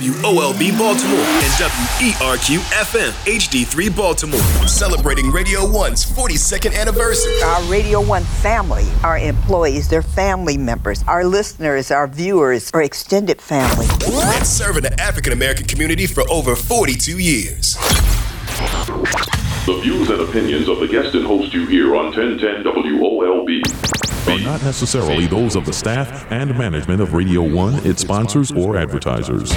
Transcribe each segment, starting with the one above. WOLB Baltimore and E WERQ FM HD3 Baltimore. Celebrating Radio 1's 42nd anniversary. Our Radio 1 family, our employees, their family members, our listeners, our viewers, our extended family. And serving the African American community for over 42 years. The views and opinions of the guest and host you hear on 1010 WOLB are not necessarily those of the staff and management of Radio 1, its sponsors, or advertisers.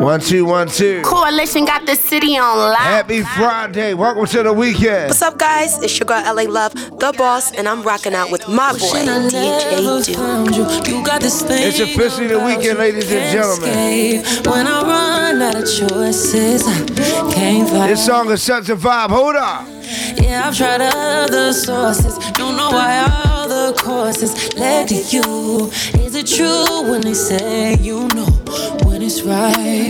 One, two, one, two. Coalition got the city on lock. Happy Friday. Welcome to the weekend. What's up, guys? It's your girl, LA Love, the boss, and I'm rocking out with my boy, DJ Dude. It's officially the weekend, ladies and gentlemen. When I run out of choices, This song is such a vibe. Hold on. Yeah, I've tried other sources. Don't know why all the courses led to you. Is it true when they say you know when it's right?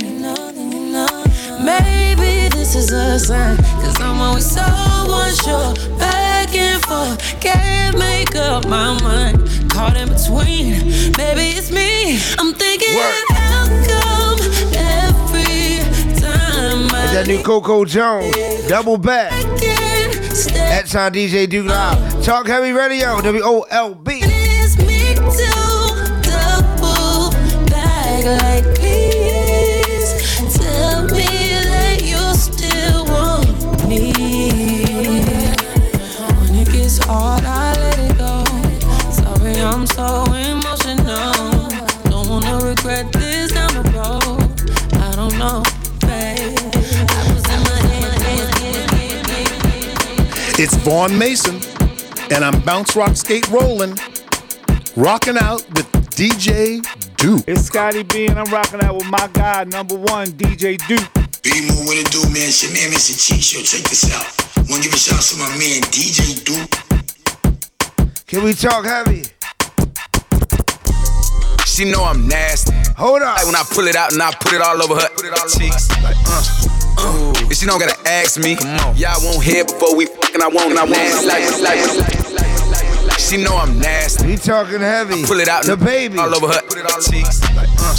Maybe this is a sign. Cause I'm always so unsure. Back and forth. Can't make up my mind. Caught in between. Maybe it's me. I'm thinking how come every time I. That new Coco Jones. Double back. That's on DJ Duke Live. Talk Heavy Radio, WOLB. I'm so emotional. Don't wanna regret this down the road. I don't know, babe. I was in my It's Vaughn Mason, and I'm bounce rock skate rolling, rocking out with DJ Duke. It's Scotty B, and I'm rocking out with my guy, number one, DJ Duke. Be more with it, do, man. It's your man, Mr. Cheat Show. Check this out. Want to give a shout out to my man, DJ Duke. Can we talk heavy? She know I'm nasty. Hold on. Like when I pull it out and I put it all over her cheeks. Like, uh, uh. And she don't gotta ask me. Y'all won't hear before we fucking. I won't. I won't. Like, like, like, she know I'm nasty. We talking heavy. I pull it out. The and baby. All over her cheeks. Like, uh,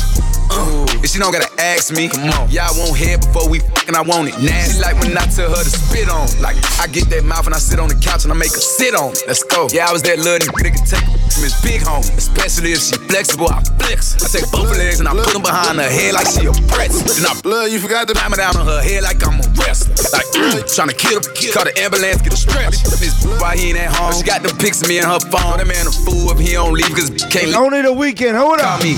uh. And she don't gotta ask me. Y'all won't hear before we fucking. I want it nasty. She like when I tell her to spit on. Like I get that mouth and I sit on the couch and I make her sit on. it. Let's go. Yeah, I was that little nigga that could take from his big home. Especially if she flexible, I flex. I take both her legs and I put them behind her head like she a press. Then I blood, you forgot to climb down on her head like I'm a wrestler. Like trying to kill her, kill. call the ambulance, get a stretch. This why he ain't at home? She got them pics of me in her phone. That man a fool if he don't leave because can't leave. Only the weekend. Hold on. me.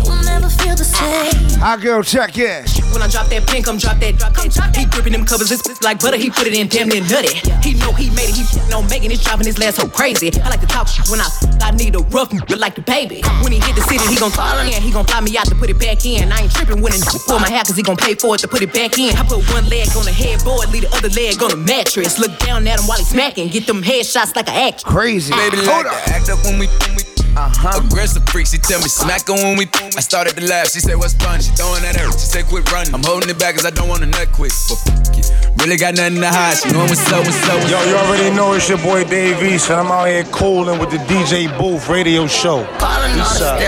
will never feel the same. Hot girl, check in. When I drop that pin, come drop that, drop that. He gripping them covers, it's, it's like butter. He put it in, damn near nutty. He know he made it. He f***ing on making it, driving his last so crazy. I like to talk shit when I f- I need a rough n- like the baby. When he hit the city, he gon' fall in. He gon' fly me out to put it back in. I ain't tripping when a n- pull my hair, cause he gon' pay for it to put it back in. I put one leg on the headboard, leave the other leg on the mattress. Look down at him while he smacking. Get them headshots like an actress. Crazy. Baby, Hold like to act up when we. When we uh-huh. Aggressive freak, she tell me smack her when we. I started to laugh, she said what's fun, she throwing at her. She said quit running. I'm holding it back cause I don't want to nut quick. But fuck it, really got nothing to hide. She know what's up, what's up. Yo, you already know it's your boy Dave East, and I'm out here cooling with the DJ Booth radio show. Peace out.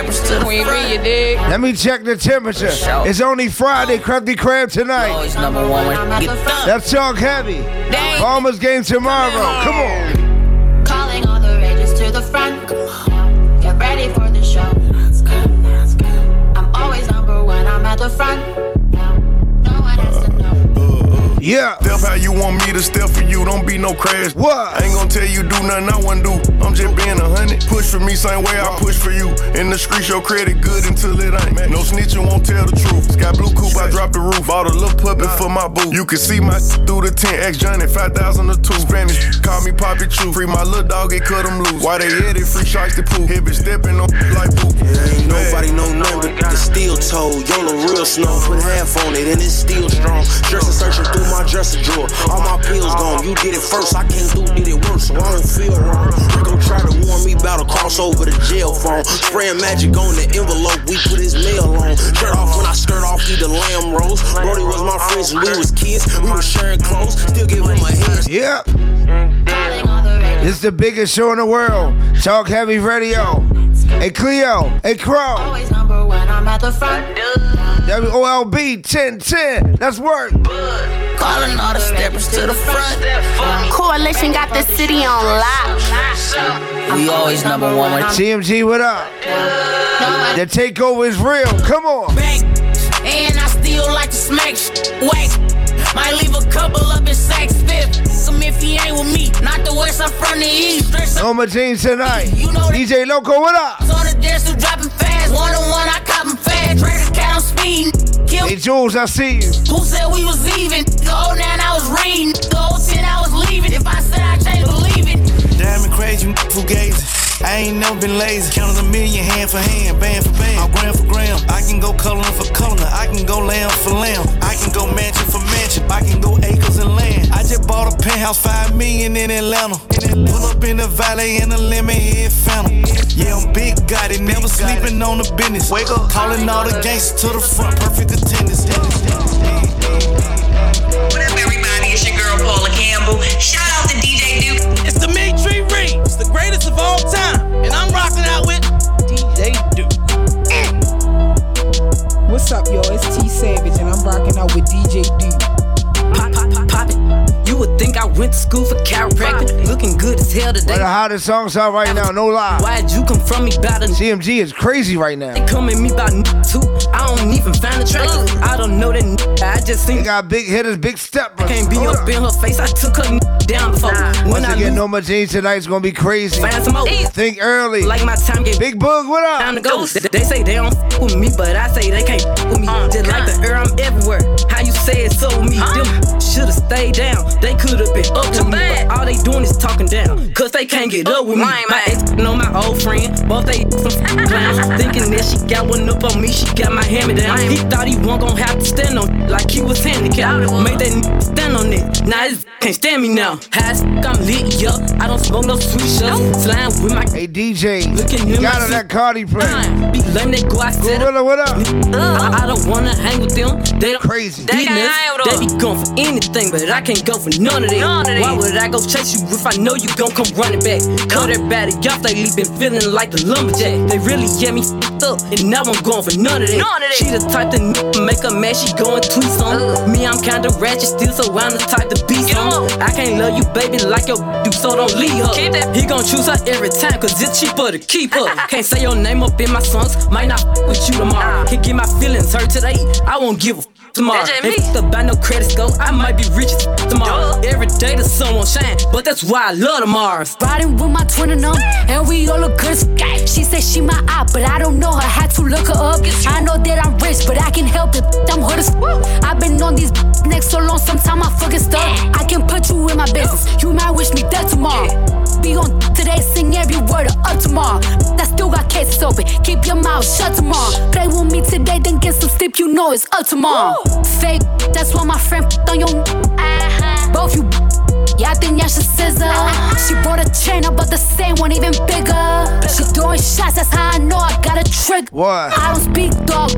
Queen Bee, you dig? Let me check the temperature. sure. It's only Friday, Crafty Crab tonight. Always number one when you get thumped. That's talk heavy. Bombers game tomorrow. Come on. Calling all the radios to the front. Come on. Get ready for the show. I'm always number one. I'm at the front. No one has to know. Yeah. Step how you want me to step for you. Don't be no crash. What? I ain't gonna tell you do nothing I wanna do. I'm just being a hundred. Push for me same way I push for you. In the streets, your credit good until it ain't. No snitching won't tell the truth. Got blue coupe, I dropped the roof. Bought a little puppet for my boo. You can see my through the tent. X Johnny, five thousand or two. Spanish, call me Poppy True. Free my little dog, it cut him loose. Why they edit free shots to poo? Heavy stepping on like boo. Ain't nobody no no, the, the steel toe. Yolo real snow, put half on it and it's still strong. Dresser searching through my dresser drawer, all my pills gone. You did it first, I can't do did it worse, so I don't feel wrong. Cross over the jail phone. Spraying magic on the envelope. We put his mail on. Shirt off when I skirt off. Eat a lamb roast. Brody was my friend when we was kids. We were sharing clothes. Still give him a hand. Yeah. It's the biggest show in the world. Talk Heavy Radio. Hey Cleo. Hey Crow. Always number one, I'm at the front. WOLB 1010. Let's work. Calling all the steppers to the front. Coalition got the city on lock. We always number one. when- TMG, what up? The takeover is real. Come on. Bang. And I still like to smack sh- whack. Might leave a couple up in Saks Fifth. Some if he ain't with me. Not the west, I'm from the east. Dress up Oma Jeans tonight. DJ Loco, what up? on the dance, still dropping fast. One on one, I cop 'em fast. Trade cat on speed. Kill Hey Jules, I see you. Who said we was even? The whole nine I was reading. The whole ten I was leaving. If I said I changed, believe it. Damn it crazy, you fugazi. I ain't never been lazy. Counted a million hand for hand, band for band, or gram for gram. I can go coloring for coloring, I can go lamb for lamb, I can go mansion for mansion, I can go acres and land. I just bought a penthouse, five million in Atlanta. Pull up in the valley in a lemon head phantom. Yeah, I'm big got it, never sleeping on the business. Wake up, calling all the gangsters to the front, perfect attendance. What up, everybody? It's your girl Paula Campbell. Shout out to DJ Duke. It's the Meat Tree Reeves, the greatest of all time. And I'm rocking out with DJ Duke. What's up, yo? It's T Savage, and I'm rocking out with DJ D. Pop, pop, pop, pop it. You would think I went to school for chiropractic. Looking good as Where hell today. the hottest songs are right now, no lie. Why'd you come from me about a CMG is crazy right now. They come at me by n- too. I don't even find the track. I don't know that n- I just seen. got big hitters, big steppers. Can't be up in her face. I took her n- down before. When Once I again, knew- Oma Jeans tonight's gonna be crazy. Find some more. Think early. Like my time get Big Boog, what up? Time to go. They, they say they don't f- with me, but I say they can't f- with me. Just like the air, I'm everywhere. How you say it so me? Them shoulda stayed down. They coulda been up with me, but all they doing is talking down. Cause they can't get up with me. Lame My ex know my old friend, both they some f- clowns. Thinking that she got one up on me, she got my hammer down. He thought he won't gon' have to stand on it like he was handicapped. Made that n- stand on it. Now it's can't stand me now. High as f- I'm lit up. I don't smoke no sweet shots. Slime with my Hey DJ, looking you in got my on that seat. Cardi play. Be lame, they go outside. Gorilla, what up? I, I don't wanna hang with them. They don't crazy. They, can't hang with they be gone for anything, but I can't go for none of them. None of Why this. would I go chase you if I know you gon' come running back? Cut that body off, they leaping, feeling like the lumberjack. They really get me f***ed up, and now I'm going for none of that. None of Uh. this. She the type to n- make a man, she going tweets on. Me, I'm kinda ratchet still, so I'm the type to be on. I can't love you, baby, like your do, so don't leave her. Keep that- He gon' choose her every time, cause it's cheaper to keep her. Can't say your name up in my songs, might not f- with you tomorrow. Can get my feelings hurt today, I won't give a f- tomorrow. That E. If just me. f- about no credit score, I might be rich as f- tomorrow. Every day the sun won't shine, but that's why I love the Mars. Riding with my twin and them, and we all look good. She said she my eye, but I don't know her. Had to look her up. I know that I'm rich, but I can help it. I'm hood as I've been on these necks so long, sometime I fucking stuck. I can put you in my business. You might wish me dead tomorrow. Be on today, sing every word of up tomorrow. I still got cases open. Keep your mouth shut tomorrow. Play with me today, then get some sleep. You know it's up tomorrow. Fake, that's why my friend on your. Uh-huh. Both you Y'all think y'all should scissor. She bought a chain, I bought the same one, even bigger. She throwing shots, that's how I know I got a trick. What? I don't speak dog.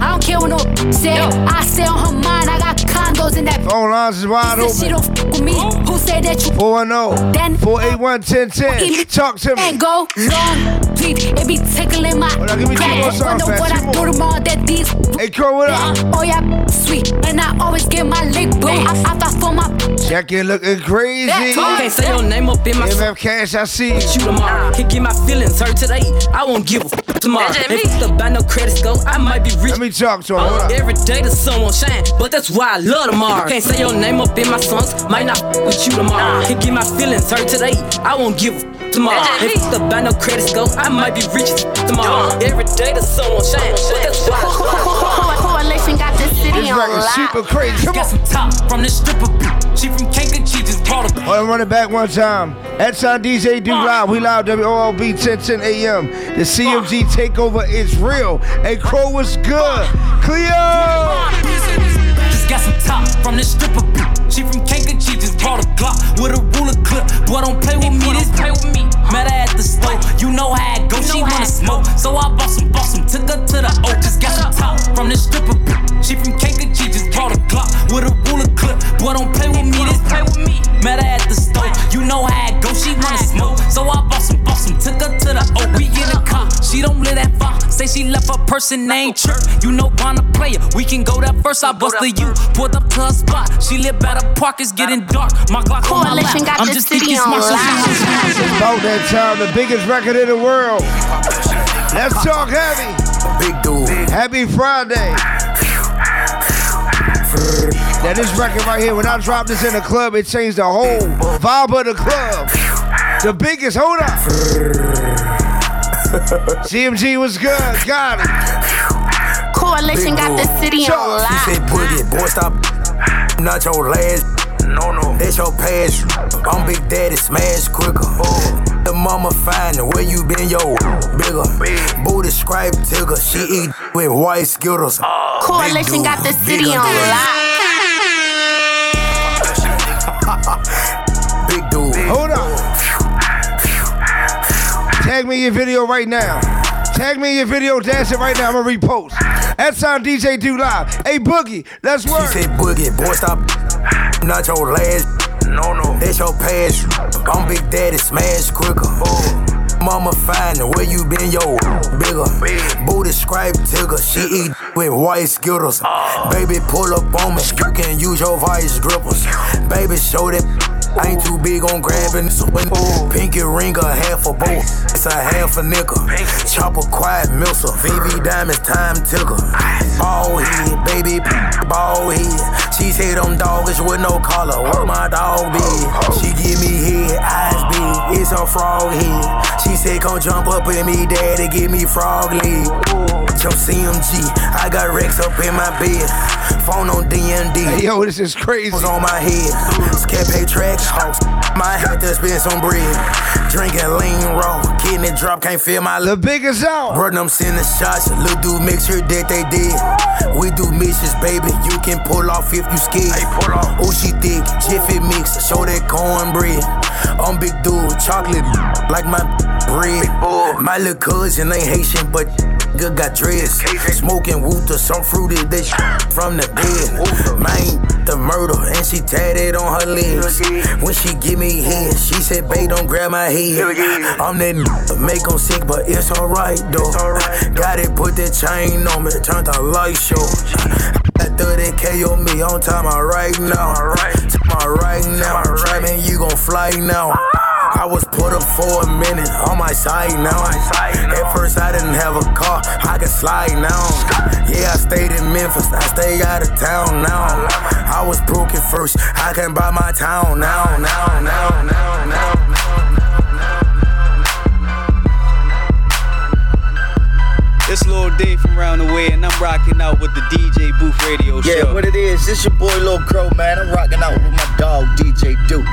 I don't care what no say. I stay on her mind, I got condos in that. Phone lines Oh, is wide Since She open. Oh. don't f with me. Who say that you uh, 410 481 1010. Talk to me. and go long? Please, it be tickling my. Hold on, give me two back. more songs, Wonder man. what Two I do tomorrow that these. Hey, Crow, what up? Oh yeah, sweet, and I always get my lick boom. I, I fight for my Check in looking crazy. Can't say your name up in my MF Cash, I see you. you tomorrow. Can get my feelings hurt today. I won't give a f- tomorrow. That's just If it's about no credit score, I might be rich. Let me talk to him. Every day the sun won't shine, but that's why I love tomorrow. Can't say your name up in my songs, might not f- with you tomorrow. Can get my feelings hurt today. I won't give a f- tomorrow. That's just If it's about no credit score, I might be rich as f- tomorrow. Every day the sun won't shine, but that's why. I love tomorrow. Coalition got the city This on record's lock. super crazy. Come on. Got some top from this stripper. bitch. She from Kankakee, just brought a. Hold on, run it back one time. That's our DJ Do Live. We live WOLB 1010 AM. The CMG takeover is real. Hey, Crow was good. Cleo! Just got some top from this stripper. bitch. She from Kankakee, just brought a Glock with a ruler clip. Boy, don't play with me. This play with me. Met her at the store. You know how it from the stripper. She from Kankakee, just bought a Glock with a ruler clip. Boy, don't play with me, this play with me. Met her at the store, you know how it go. She wanna smoke, so I bought some, bought some. Took her to the O, we in the car. She don't live that far. Say she left her person named Church. You know wanna play it. We can go there first. I bust the U, pulled up to her spot. She live by the park, it's getting dark. My Glock on my lap. Coalition got I'm the just city thinking on smart, so she lock. just It's about that time, the biggest record in the world. Let's talk heavy. Big dude. Happy Friday. Now this record right here, when I dropped this in the club, it changed the whole vibe of the club. The biggest, hold up. CMG was good, got it. Coalition got the city on Charles. lock. She said, put it, boy, stop. Not your last. No, no. That's your past. I'm Big Daddy, smash quicker. Oh. The mama find her, where you been, yo. Bigger. Booty scribe tigger. She eat with white skittles. Coalition got the city on lock. Big dude. Hold up. Tag me in your video right now. Tag me in your video dancing right now. I'm gonna repost. That sound DJ do live. Hey Boogie, let's work. She said, boogie, boy, stop. Not your last. No, no. That's your past. I'm Big Daddy, smash quicker. Oh. Mama find her, where you been, yo. Bigger. Booty scribe tigger. She eat with white skittles. Baby, pull up on me. You can use your vice grippers. Baby, show that. I ain't too big on grabbing. So when pinky ring a half a bowl, it's a half a nickel. Chopper quiet missile, VV diamonds time ticker. Ball head, baby, ball head. She say them doggish with no collar. Where my dog be? She give me head, eyes big. It's a frog head. She say come jump up in me, daddy, give me frog leg. Your CMG, I got Rex up in my bed. Phone on DND. Hey, yo, this is crazy. Was on my head. Scape tracks, house. My hat that's been some bread. Drinking lean raw. Kidney drop, can't feel my The biggest out. Run them sending shots. Little dude, make sure that they did. We do missions, baby. You can pull off if you scared. Hey, pull off. Oh, she thick. Jiffy mix. Show that cornbread. I'm big dude. Chocolate. Like my bread. My little cousin ain't Haitian, but good got dreads. Smoking Wooter. Some fruited that shit from the dead. Mine the murder. And she tatted on her legs. When she give me head, she said, babe, don't grab my head. I'm that n- make 'em sick, but it's alright though. Got it, put that chain on me, turn the light show. That 30k on me, on time, I right now. Time I right now. Trapping, you gon' fly now. I was put up for a minute on my side now. At first I didn't have a car, I can slide now. Yeah, I stayed in Memphis, I stay out of town now. I was broken first, I can buy my town now, now, now, now, now. It's Lil D from round the way, and I'm rocking out with the DJ Booth Radio Show. Yeah, what it is, this your boy Lil Crow, man. I'm rocking out with my dog, DJ Duke.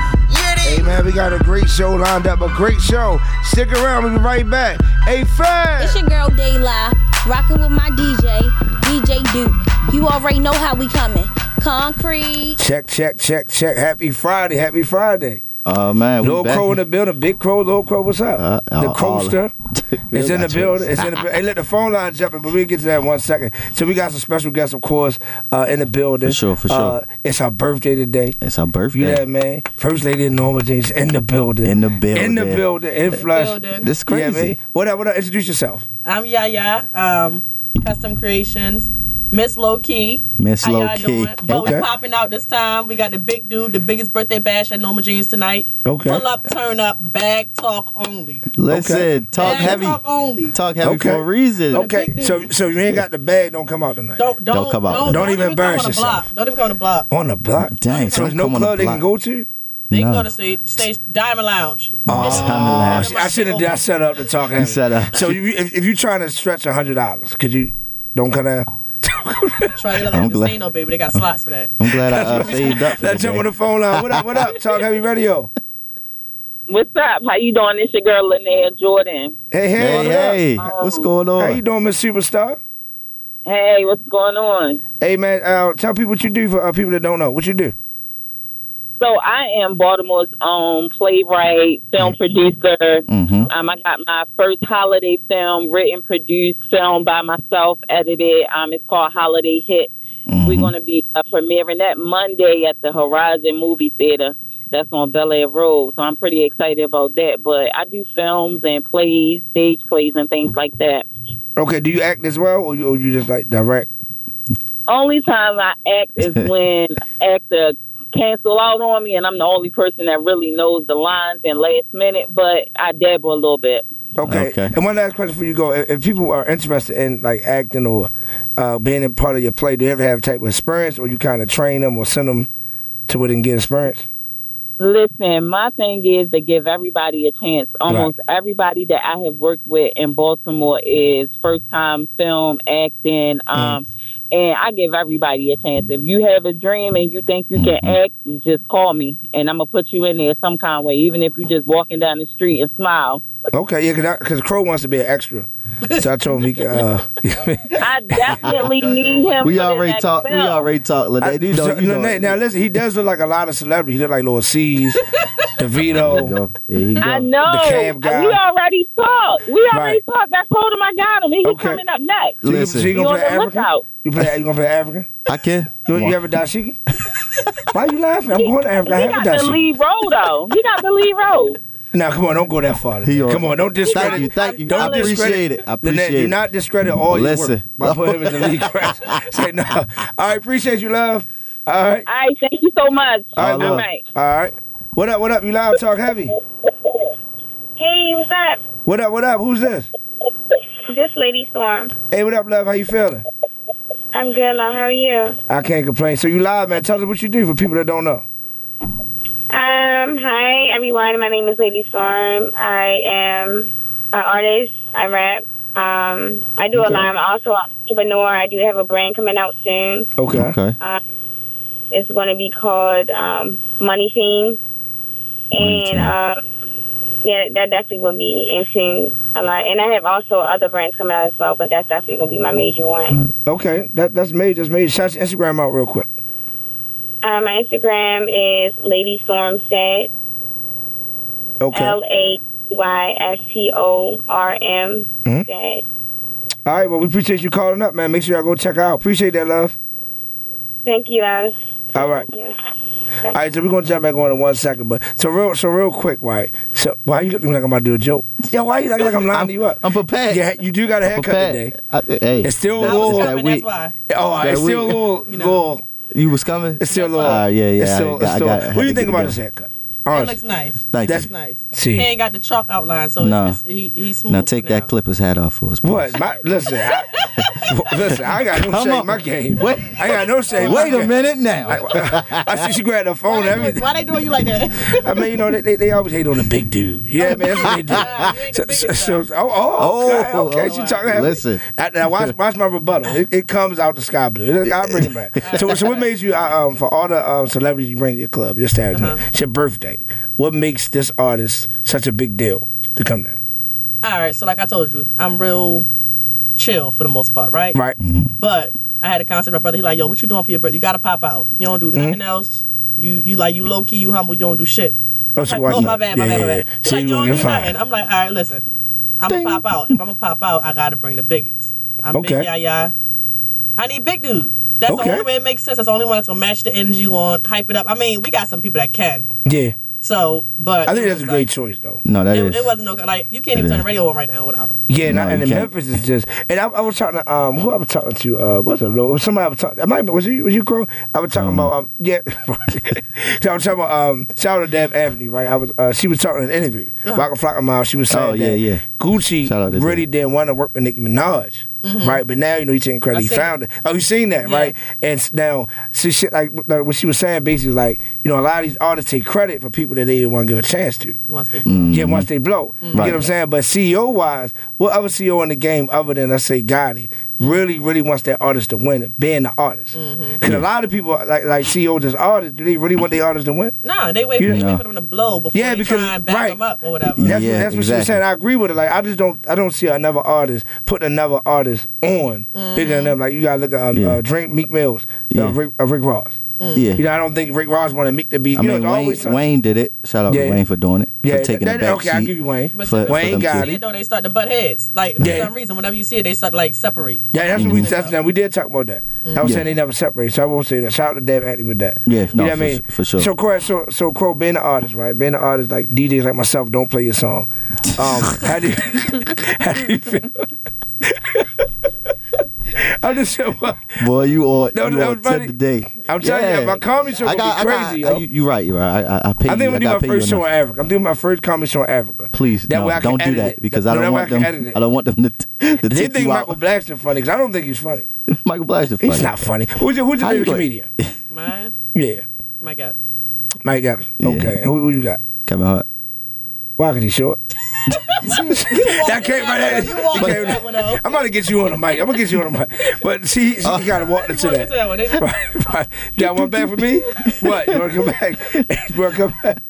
Hey man, we got a great show lined up. A great show. Stick around, we'll be right back. Hey Fab. It's your girl Dayla, rocking with my DJ, DJ Duke. You already know how we coming. Concrete. Check, check, check, check. Happy Friday. Happy Friday. Oh man, we Lil back. Crow in the building. Big Crow, Lil Crow, what's up? Uh, the all- all- coaster is in the Got you. building. It's in the, bu- hey, let the phone line jump in, but we'll get to that in one second. So we got some special guests, of course, uh, in the building. For sure, for sure. Uh, it's her birthday today. It's her birthday. Yeah, man. First Lady Norma Jean's in the building. In the building. In the building. In The flesh. building. This Yeah, crazy. man. What up? What up? Introduce yourself. I'm Yaya, um, Custom Creations. Miss Low Key. Miss How Low y'all Key. doing? But Okay. we popping out this time. We got the big dude, the biggest birthday bash at Norma Jeans tonight. Okay. Pull up, turn up, bag talk only. Listen, talk Bag heavy. Talk only. Talk heavy Okay. for a reason. Okay, so so you ain't got the bag, don't come out tonight. Don't don't Don't come out. Don't, Don't even, even come embarrass on the block. Don't even come on the block. On the block. Dang, So so there's no come on the club they can block. go to? They can No. go to stage, stage Diamond Lounge. Oh, I should have I set up the talk. heavy. set up. So you, if, if you're trying to stretch hundred dollars, could you? Don't cut out. Try to look I'm like a glad- casino, baby. They got slots for that. I'm glad I uh, That's what- saved up. For Let's the jump on day. the phone line. What up? What up? Talk heavy radio. What's up? How you doing? It's your girl Linnea Jordan. Hey, hey, Hey, hey, what up? what's going on? How you doing, Miss Superstar? Hey, what's going on? Hey man, uh, tell people what you do for uh, people that don't know. What you do? So I am Baltimore's own playwright, film Mm. producer. Mm-hmm. Um, I got my first holiday film written, produced, filmed by myself, edited. Um, it's called Holiday Hit. Mm-hmm. We're going to be uh, premiering that Monday at the Horizon Movie Theater. That's on Bel Air Road. So I'm pretty excited about that. But I do films and plays, stage plays, and things like that. Okay, do you act as well, or you, or you just like direct? Only time I act is when actor cancel out on me, and I'm the only person that really knows the lines and last minute. But I dabble a little bit. Okay. And one last question before you go: If if people are interested in like acting or uh, being a part of your play, do you ever have type of experience, or you kind of train them or send them to where they can get experience? Listen, my thing is to give everybody a chance. Almost everybody that I have worked with in Baltimore is first time film acting. Um, And I give everybody a chance. If you have a dream and you think you can act, just call me and I'm going to put you in there some kind of way, even if you're just walking down the street and smile. Okay, yeah, because Crow wants to be an extra, so I told him he. could, Uh, I definitely need him. We for the already next talked- we film. already Talk, Lene, you know, So, you know. Lene, now listen, he does look like a lot of celebrities. He look like Lil C's, DeVito. I know. Uh, The cab guy. We already talked. We already Right. talked. I told him I got him. He's coming up next. So you- so you, Be gonna on play the African? lookout. You play? You gonna play African? I can. You, you ever dashiki? Why you laughing? I'm going to Africa. I He haven't got done the shit. lead role though. He got the lead role. Now, come on, don't go that far. He on- Come on, don't discredit. Thank you, thank you. Don't I appreciate discredit- it. I Lynette, appreciate Do it. not discredit all Listen. your work by putting him in the league. Right? Say no. All right, appreciate you, love. All right. All right, thank you so much. All right, All love. right. All right. What up? What up? You loud talk heavy. Hey, what's up? What up? What up? Who's this? This lady Storm. Hey, what up, love? How you feeling? I'm good, love. How are you? I can't complain. So you live, man. Tell us what you do for people that don't know. Um, hi, everyone. My name is Lady Storm. I am an artist. I rap. Um, I do Okay. a lot. I'm also an entrepreneur. I do have a brand coming out soon. Okay. Okay. Um, it's going to be called um, Money Fiend. And uh, yeah, that definitely will be into a lot. And I have also other brands coming out as well, but that's definitely going to be my major one. Okay. That that's made. That's made. Shout your Instagram out real quick. Uh, my Instagram is Lady Storm Set. Okay. L A Y S T O R M Mhm. Set. All right. Well, we appreciate you calling up, man. Make sure y'all go check her out. Appreciate that, love. Thank you, guys. All right. All right, so we're gonna jump back on in one second, but so real, so real quick, right? So why you looking like I'm about to do a joke? Yo, why you looking like I'm lying to you up? I'm prepared. Yeah, you do got a I'm haircut prepared. today. I- uh, hey. it's still That a was little. coming, that's why. Oh, That it's still a week. little, little. You was coming? It's still a little. Uh, yeah, yeah. Uh, It's I still, got- it's I still, got- I had what do to you think get about it this done. haircut? It Honestly. looks nice. Thank That's you. nice. See. He ain't got the chalk outline, so Nah. it's, it's, he, he's smooth. Now take that clippers hat off for us. please. What? My, listen, I, listen. I ain't got no Come shame on. my game. Wait, I ain't got no shame. Wait my a game. minute now. I, I see she grabbed her phone. and everything. Why they doing you like that? I mean, you know, they, they, they always hate on the big dude. Yeah, man, that's what they do. So- so- so- oh, oh, okay, Oh, okay. oh, she talking. heavy. listen. I, now watch, watch my rebuttal. It, it comes out the sky blue. I'll bring it back. So, so what makes you, uh, um, for all the um, celebrities you bring to your club, your staff, Uh-huh. it's your birthday. What makes this artist such a big deal to come down? All right, so like I told you, I'm real chill for the most part, right? Mm-hmm. Right. But I had a concert with my brother. He like, yo, what you doing for your birthday? You gotta pop out. You don't do Mm-hmm. nothing else. You you like you low key, you humble, you don't do shit. Oh, I'm so like, why oh my not? bad, my Yeah, bad, my yeah, bad. yeah. He So like, you you don't gonna do get nothing. fined. I'm like, all right, listen, I'm gonna pop out. If I'm gonna pop out, I gotta bring the biggest. I'm Okay. big yaya. I need big dude. That's Okay. the only way it makes sense. That's the only one that's gonna match the energy on, hype it up. I mean, we got some people that can. Yeah. So, but I think that's a great choice, though. No, that it, is. it wasn't no like you can't It even turn is. the radio on right now without him. Yeah, and, No, I, and you in can't. Memphis is just. And I, I was talking to um, who I was talking to? Uh, was it Lil- somebody? I was talking. Might, was you? Was you girl? I was Mm. talking about. Um, yeah, so I was talking about. Um, shout out to Deb Anthony, right? I was. Uh, she was talking in an interview. Uh-huh. Rock a flock of miles. She was saying Oh, yeah, that yeah. Gucci Shout out to really didn't want to work with Nicki Minaj. Mhm. Right, but now you know he's taking I credit. He seen found it. Oh, you seen that, right? And s- now, so shit like, like what she was saying, basically, like you know, a lot of these artists take credit for people that they didn't want to give a chance to. Once they Yeah, once they blow. You get what I'm Mm-hmm. Right. saying? But CEO wise, what other CEO in the game other than I say Gotti really, really wants that artist to win, being the artist. Mm-hmm. Because a lot of people like like CEOs as artists, do they really want their artists to win? Nah, they wait, You they know. wait for them to blow before Yeah, they because- try and back right. them up or whatever. Mm, That's, what, that's what she was saying. I agree with it. Like I just don't I don't see another artist putting another artist on bigger than them. Like you gotta look at um, uh, Drink Meek Mills, uh, Rick, uh, Rick Ross. Yeah. You know, I don't think Rick Ross wanted Meek to be. You I mean, know, it's always Wayne, Wayne did it. Shout out Yeah. to Wayne for doing it. Yeah, for taking that- the back okay, I'll seat give you Wayne. For, But for Wayne them got to- See it though, they start to butt heads. Like for Yeah. some reason, whenever you see it, they start to like separate. Yeah, that's what we that's, now, we did talk about that. I was Mm-hmm. Mm. Yeah. saying they never separate, so I won't say that. Shout out to Deb Anthony with that. Yeah, you know no, what I for mean. su- for sure. So, Crow, so so Crow, being an artist, right? Being an artist, like DJs like myself, don't play your song. Um, how do you, how do you feel? I'm just saying, what- Boy, you all No, you that all was tip funny. the day. I'm telling you, my comedy show I gonna got, be I got- crazy, I- yo. you, you right, you right. I, I, I pay I think you. I'm gonna do gotta my pay first you show in enough. Africa. I'm doing my first comedy show in Africa. Please, That no, way I can don't do edit that it. because No, I that don't way want I can them. edit it. I don't want them to, t- They to tip think you out. Michael Blackson funny because I don't think he's funny. Michael Blackson funny. He's not funny. Who's your, who's your How you favorite gonna- comedian? Mine, Yeah, my God. Mike Evans. Yeah. Okay, who, who you got? Kevin Hart. Why could he short? that came right at You walked that in came- that one out. I'm about to get you on the mic. I'm gonna get you on the mic. But she, she gotta Uh, walk into Look at that. that one. They- Right, right. You got one back for me? What? You wanna come back? you wanna come back?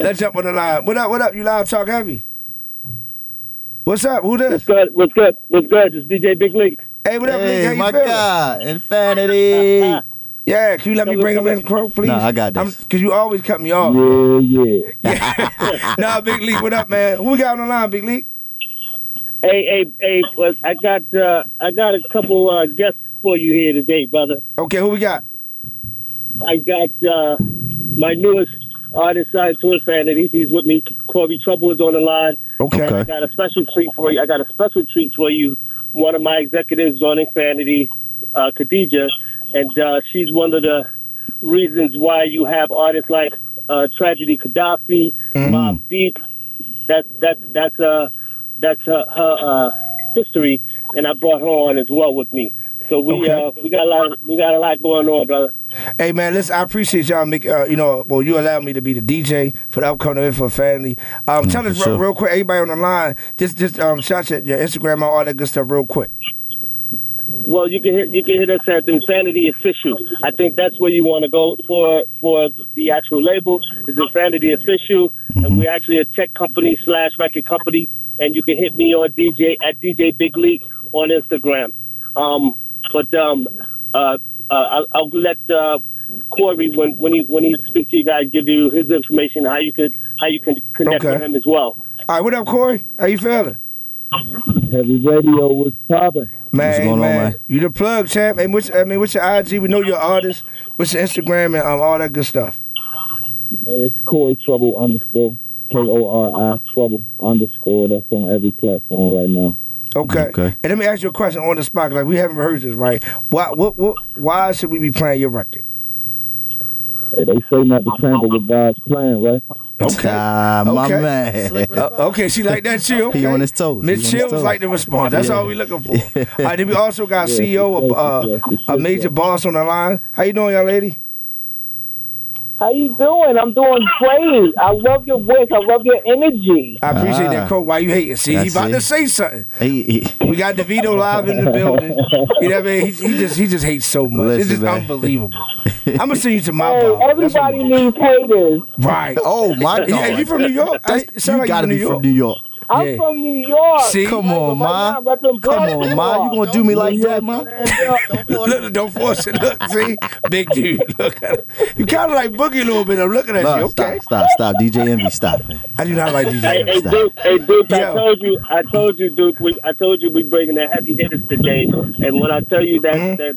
Let's jump on the line. What up, what up? You live talk heavy. What's up? Who this? What's good? What's good? What's good? It's DJ Big League. Hey, what up, Link? How Hey, you my feeling? God, Infinity. Yeah, can you let me bring him in, Crow, please? Nah, I got I'm- this. Cause you always cut me off. Yeah, yeah. nah, Big League, what up, man? Who we got on the line, Big League? Hey, hey, hey! But I got uh, I got a couple uh, guests for you here today, brother. Okay, who we got? I got uh, my newest artist signed to Insanity. He's with me. Corey Trouble is on the line. Okay. I got a special treat for you. I got a special treat for you. One of my executives on Insanity, uh, Khadija, and uh, she's one of the reasons why you have artists like uh, Tragedy Gaddafi, Mob Deep. That's that's that's uh that's her, her uh, history, and I brought her on as well with me. So we uh, we got a lot we got a lot going on, brother. Hey man, listen. I appreciate y'all. Make uh, you know, well, you allowed me to be the DJ for the upcoming event for family. Um, Mm, tell us for real, sure. real quick, everybody on the line, just just um, shout your, your Instagram and all that good stuff, real quick. Well, you can hit, you can hit us at Insanity Official. I think that's where you want to go for for the actual label is Insanity Official, and we're actually a tech company slash record company. And you can hit me on DJ at DJ Big League on Instagram. Um, but um, uh, uh, I'll, I'll let uh, Corey when when he when he speaks to you guys give you his information how you could how you can connect Okay. with him as well. All right, what up, Corey? How you feeling? Heavy radio was popping. Man, What's going on, man, man? you the plug, champ. And what's I mean, what's your IG? We know your artist. What's your Instagram and um, all that good stuff. It's Corey Trouble underscore K O R Uh, I Trouble underscore. That's on every platform right now. Okay. Okay. And let me ask you a question on the spot. 'cause, Like we haven't rehearsed this, right? Why what what why should we be playing your record? Hey, they say not to tamper with God's plan, right? Okay. Ah, Mm. my okay. man. Uh, okay, she like that chill. Okay. He on his toes. He on Miss his Chill was toes. like the response. That's Yeah. all we looking for. All right, then we also got CEO of uh, a major boss on the line. How you doing, young lady? How you doing? I'm doing great. I love your voice. I love your energy. I appreciate that, Ah. Cole. Why you hating? See, he That's about to it. say something. He- he- We got DeVito live in the building. You know what I mean? He, he just he just hates so much. it's Listen, just man. unbelievable. I'm gonna send you to my Hey, bar. everybody needs haters. Right. Oh my Yeah, God. you from New York? I, it That's- sound you like gotta you be from from New York. I'm Yeah. from New York. See? Right Come now, on, right ma. now, I'm repping Come Baltimore. on, ma. You gonna do me like that, ma? Look, don't force it. Look, see, big dude. Look, at him. you kind of like boogie a little bit. I'm looking at you. Look, Okay, stop, stop, stop. DJ Envy, stop. man. I do not like Hey, DJ. hey Stop. Duke, hey, Duke I told you, I told you, Duke, we, I told you we bringing the heavy hitters today. And when I tell you that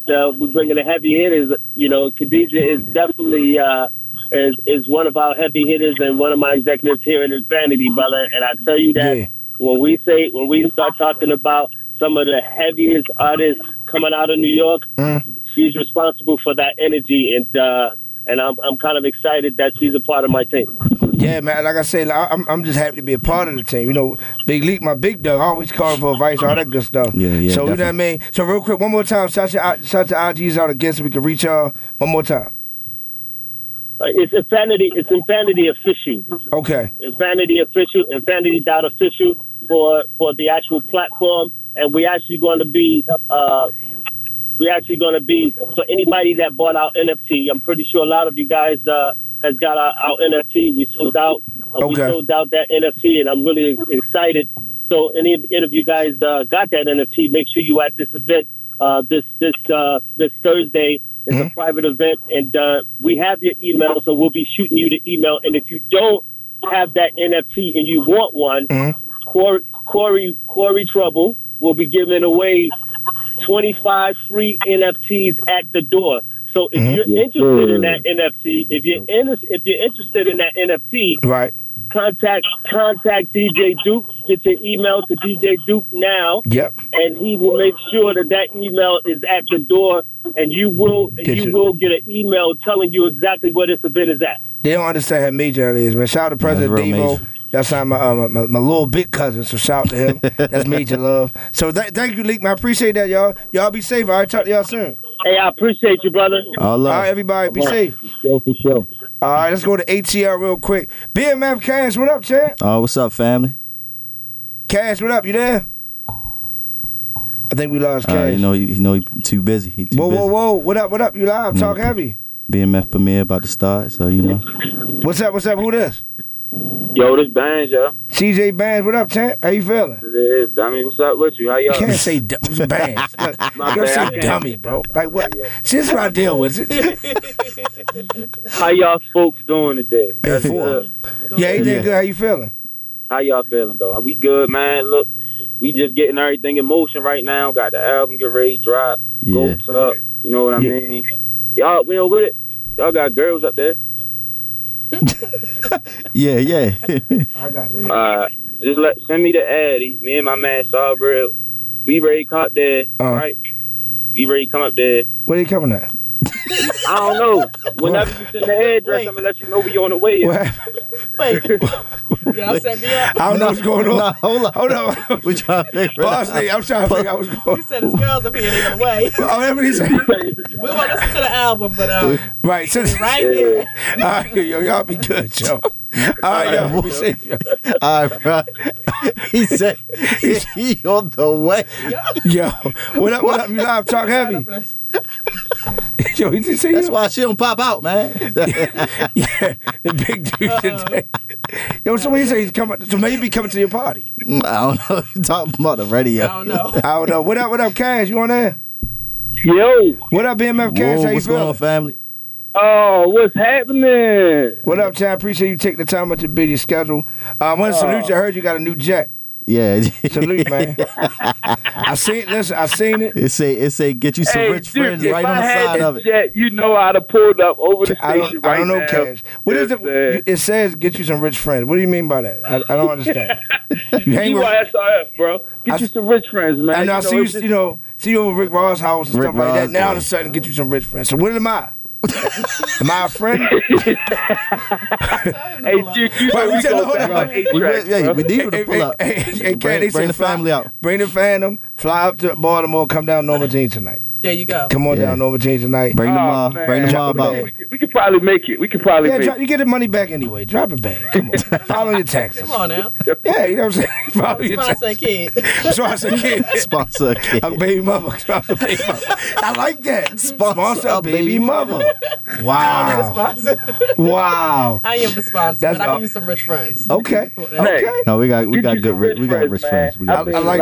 that uh, we bringing the heavy hitters, you know, Khadija is definitely uh, is is one of our heavy hitters and one of my executives here at Insanity, brother. And I tell you that Yeah. when we say when we start talking about some of the heaviest artists coming out of New York, Mm. she's responsible for that energy and. uh and I'm I'm kind of excited that she's a part of my team. Yeah, man. Like I said, like, I'm I'm just happy to be a part of the team. You know, Big Leak, my big dog, always calling for advice, all that good stuff. Yeah, yeah, So you know what I mean. So real quick, one more time, shout your shout your IGs out again so we can reach y'all. One more time. Uh, It's insanity. It's insanity official. Okay. Insanity official. Insanity dot official for for the actual platform, and we actually going to be. Uh, we actually going to be for anybody that bought our NFT. I'm pretty sure a lot of you guys uh, has got our, our NFT. We sold out. Uh, We Okay. sold out that NFT, and I'm really excited. So, any of, any of you guys uh, got that NFT? Make sure you at this event uh, this this uh, this Thursday It's a private event, and uh, we have your email, so we'll be shooting you the email. And if you don't have that NFT and you want one, Corey, Corey, Corey Trouble will be giving away 25 free NFTs at the door. So if Mhm. you're Yes, interested sir. in that NFT, if you're in, if you're interested in that NFT, Right. contact contact DJ Duke. Get your email to DJ Duke now. Yep. And he will make sure that that email is at the door, and you will and Get you you- will get an email telling you exactly where this event is at. They don't understand how major that is, man. Shout out to President real Devo. major. Y'all signed my, uh, my, my my little big cousin, so shout out to him. That's major love. So th- thank you, Leak, man. I appreciate that, y'all. Y'all be safe. All right, talk to y'all soon. Hey, I appreciate you, brother. All love. All right, everybody, be safe. Show for show. All right, let's go to ATL real quick. BMF Cash, what up, champ? Oh, what's up, family? Cash, what up? You there? I think we lost All right, Cash. Uh, you know, he, you know, he too busy. He too whoa, busy. whoa, whoa! What up? What up? You live? No. Talk heavy. BMF premiere about to start, so you know. What's up? What's up? Who this? Yo, this Bangs, yo. CJ Bands, what up, champ? How you feeling? This is Dummy. What's up with you? How y'all? Can't say d- Bands. Look, My you bad, I say can't. dummy, bro. Like what? See, this is what I deal with. How y'all folks doing today? That's four. good. yeah, he did good. How you feeling? How y'all feeling though? Are we good, man? Look, we just getting everything in motion right now. Got the album get ready, to drop, Yeah. What's up. You know what I mean? Y'all, we know with it. Y'all got girls up there. Yeah, yeah. I got you. Uh, just let send me the Addy. Me and my man Sawbrill, we ready to come up there, Uh. right? We ready to come up there. Where you coming at? I don't know. Whenever you send the address, I'm gonna let you know we on the way. Y'all set me up. I don't know what's going on. hold on, hold on. we trying to figure it Boss, out. nigga, I'm trying to figure out what's going. He said his girls up here and they on the way. Oh, that's what he said. We want to listen to the album, but uh, Right, so right here. All right, yo, y'all be good, yo. All right, y'all be safe, yo. All right, bro. He said he on the way. Yo, what up? What up? You live? Talk heavy. Yo, he just say That's why she don't pop out, man. yeah, the big dude today. Yo, so when you say he's coming, so maybe coming to your party. I don't know. You talking about the radio? I don't know. What up? What up, Cash? You on there? Yo. What up, BMF Cash? Whoa, How you what's going feeling? on, family? Oh, what's happening? What up, Chad? Appreciate you taking the time out your busy schedule. Uh, I want to Oh. salute you. I heard you got a new jet. Yeah. Salute, man. I seen. Listen, I seen it. It say it say get you some Hey, rich dude, friends if right on I the had side this of it. Jet, you know I'd have pulled up over the I station don't, I don't know, right now. Cash. What is it? It says get you some rich friends. What do you mean by that? I, I don't understand. You hang You with, are SRF, bro. Get I- you some rich friends, man. I know. I see you. it's just- you know, see you over Rick Ross' house and Rick stuff like that. Ross, Now all of yeah. a sudden, get you some rich friends. So what am I? am I a friend? Hey, dude, you Right, know we we said- go hold back on. on eight We- tracks, hey, bro. we need you to Hey, pull up. Hey, hey, hey, Bring- Cat, they bring say the fly- family out. Bring the fandom. Fly up to Baltimore. Come down Norma Jean tonight. There you go. Come on down Norma Jean tonight. Bring them all. Oh, man. Bring them all Drop about. it We could, we could probably make it. We could probably Yeah, make drop, it. you get the money back anyway. Drop it back. Come on. Follow your taxes. Come on now. Yeah, you know what I'm saying? Follow your taxes. Sponsor a kid. Sponsor a kid. Sponsor a kid. A baby mother. Sponsor a baby mother. I like that. Sponsor, a baby mother. I'm the Wow. sponsor. Wow. I am the sponsor, That's but I all- give you some rich friends. Okay. Hey. Okay. No, we got we got good rich we got rich friends. We I got rich mean, friends.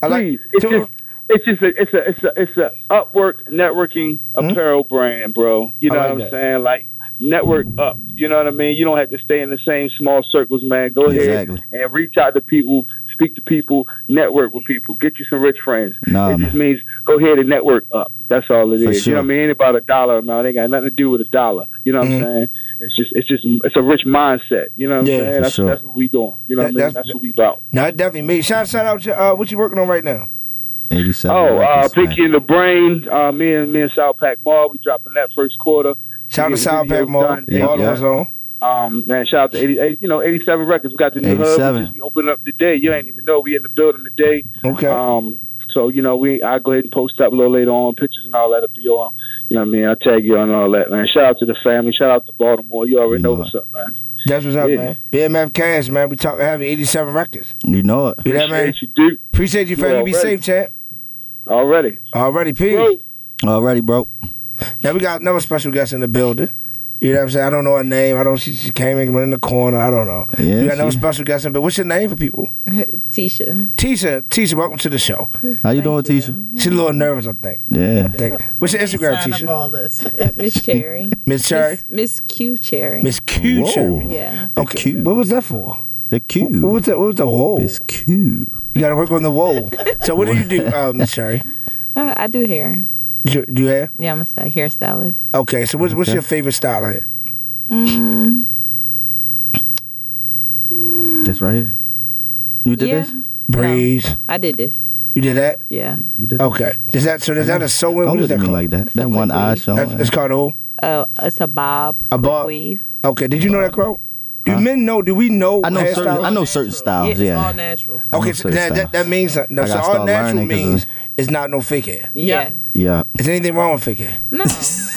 like, I like please. It's just, it's just a, it's a, it's a, it's a Upwork networking apparel brand, bro. You Hmm? I know like what I'm that. saying? Like network up. You know what I mean? You don't have to stay in the same small circles, man. Go Exactly. ahead and reach out to people, speak to people, network with people, get you some rich friends. Nah, it man. just means go ahead and network up. That's all it is. For You know sure. what I mean? It ain't about a dollar amount. It ain't got nothing to do with a dollar. You know what I'm saying? It's just, it's just, it's a rich mindset. You know what Mm-hmm. Yeah, I'm for saying? That's, sure. that's what we doing. You know what I That- mean? that's- That's, what we about. No, it definitely me. Shout, shout out. your- Uh, what you working on right now? 87 Oh, uh, records, man. Pinky in the Brain. Uh, me and me and South Pack Mall. We dropping that first quarter. Shout out to We South getting Pack videos Mall. done. Yeah, Baltimore yeah. Zone. Um, man, shout out to 80, eight- you know eighty seven records. We got the new hub. 87. We, just, we opened up today. You ain't even know we in the building today. Okay. Um, so you know we I go ahead and post up a little later on pictures and all that. It'll be on. You know what I mean? I'll tag you on all that, man. Shout out to the family. Shout out to Baltimore. You already know what's up, man. That's what's up, Yeah. man. BMF Cash, man. We talking heavy. 87 records. You know it. You know that, man? Appreciate you, Duke. Appreciate you, fam. You be already. safe, chat. Already. Already, peace. Bro. Oh, Alrighty, bro. Now we got another special guest in the building. You know what I'm saying? I don't know her name. I don't. She, she came in, went in the corner. I don't know. Yeah, you got no she- special guest, in, but what's your name for people? Tisha. Tisha, Tisha, welcome to the show. How you doing, Tisha? She's a little nervous, I think. Yeah. I think. What's your Instagram, Sign up Tisha? all this. Uh, Miss Cherry. Miss Cherry. Miss- Miss Q Cherry. Miss Q Whoa. Cherry. Yeah. Okay. What was that for? The Q. What was that? What was the whoa? Miss Q. You got to work on the whoa. so what do you do, um, Miss Cherry? Uh, I do hair. Do do you have? Yeah, I'm a sa- hairstylist. Okay. So what's, what's Okay. your favorite style of hair? Mm, This right here. You did Yeah. this? Breeze. I did this. You did that? Yeah. You did. Okay. Does that so? Does that a sew in? Don't What is look at that me called? like that. That one eye showing. That's- It's called a who? Uh, it's a bob. A bob. Okay. Did you know that, Crow? Do men know? Do we know? I know hairstyles? certain. I know certain styles. Yeah. natural. I know Okay, so certain that, that, styles. that means something. No, I so gotta all start natural learning 'cause means it's not no fake hair. Yeah. Yeah. Is anything wrong with fake hair?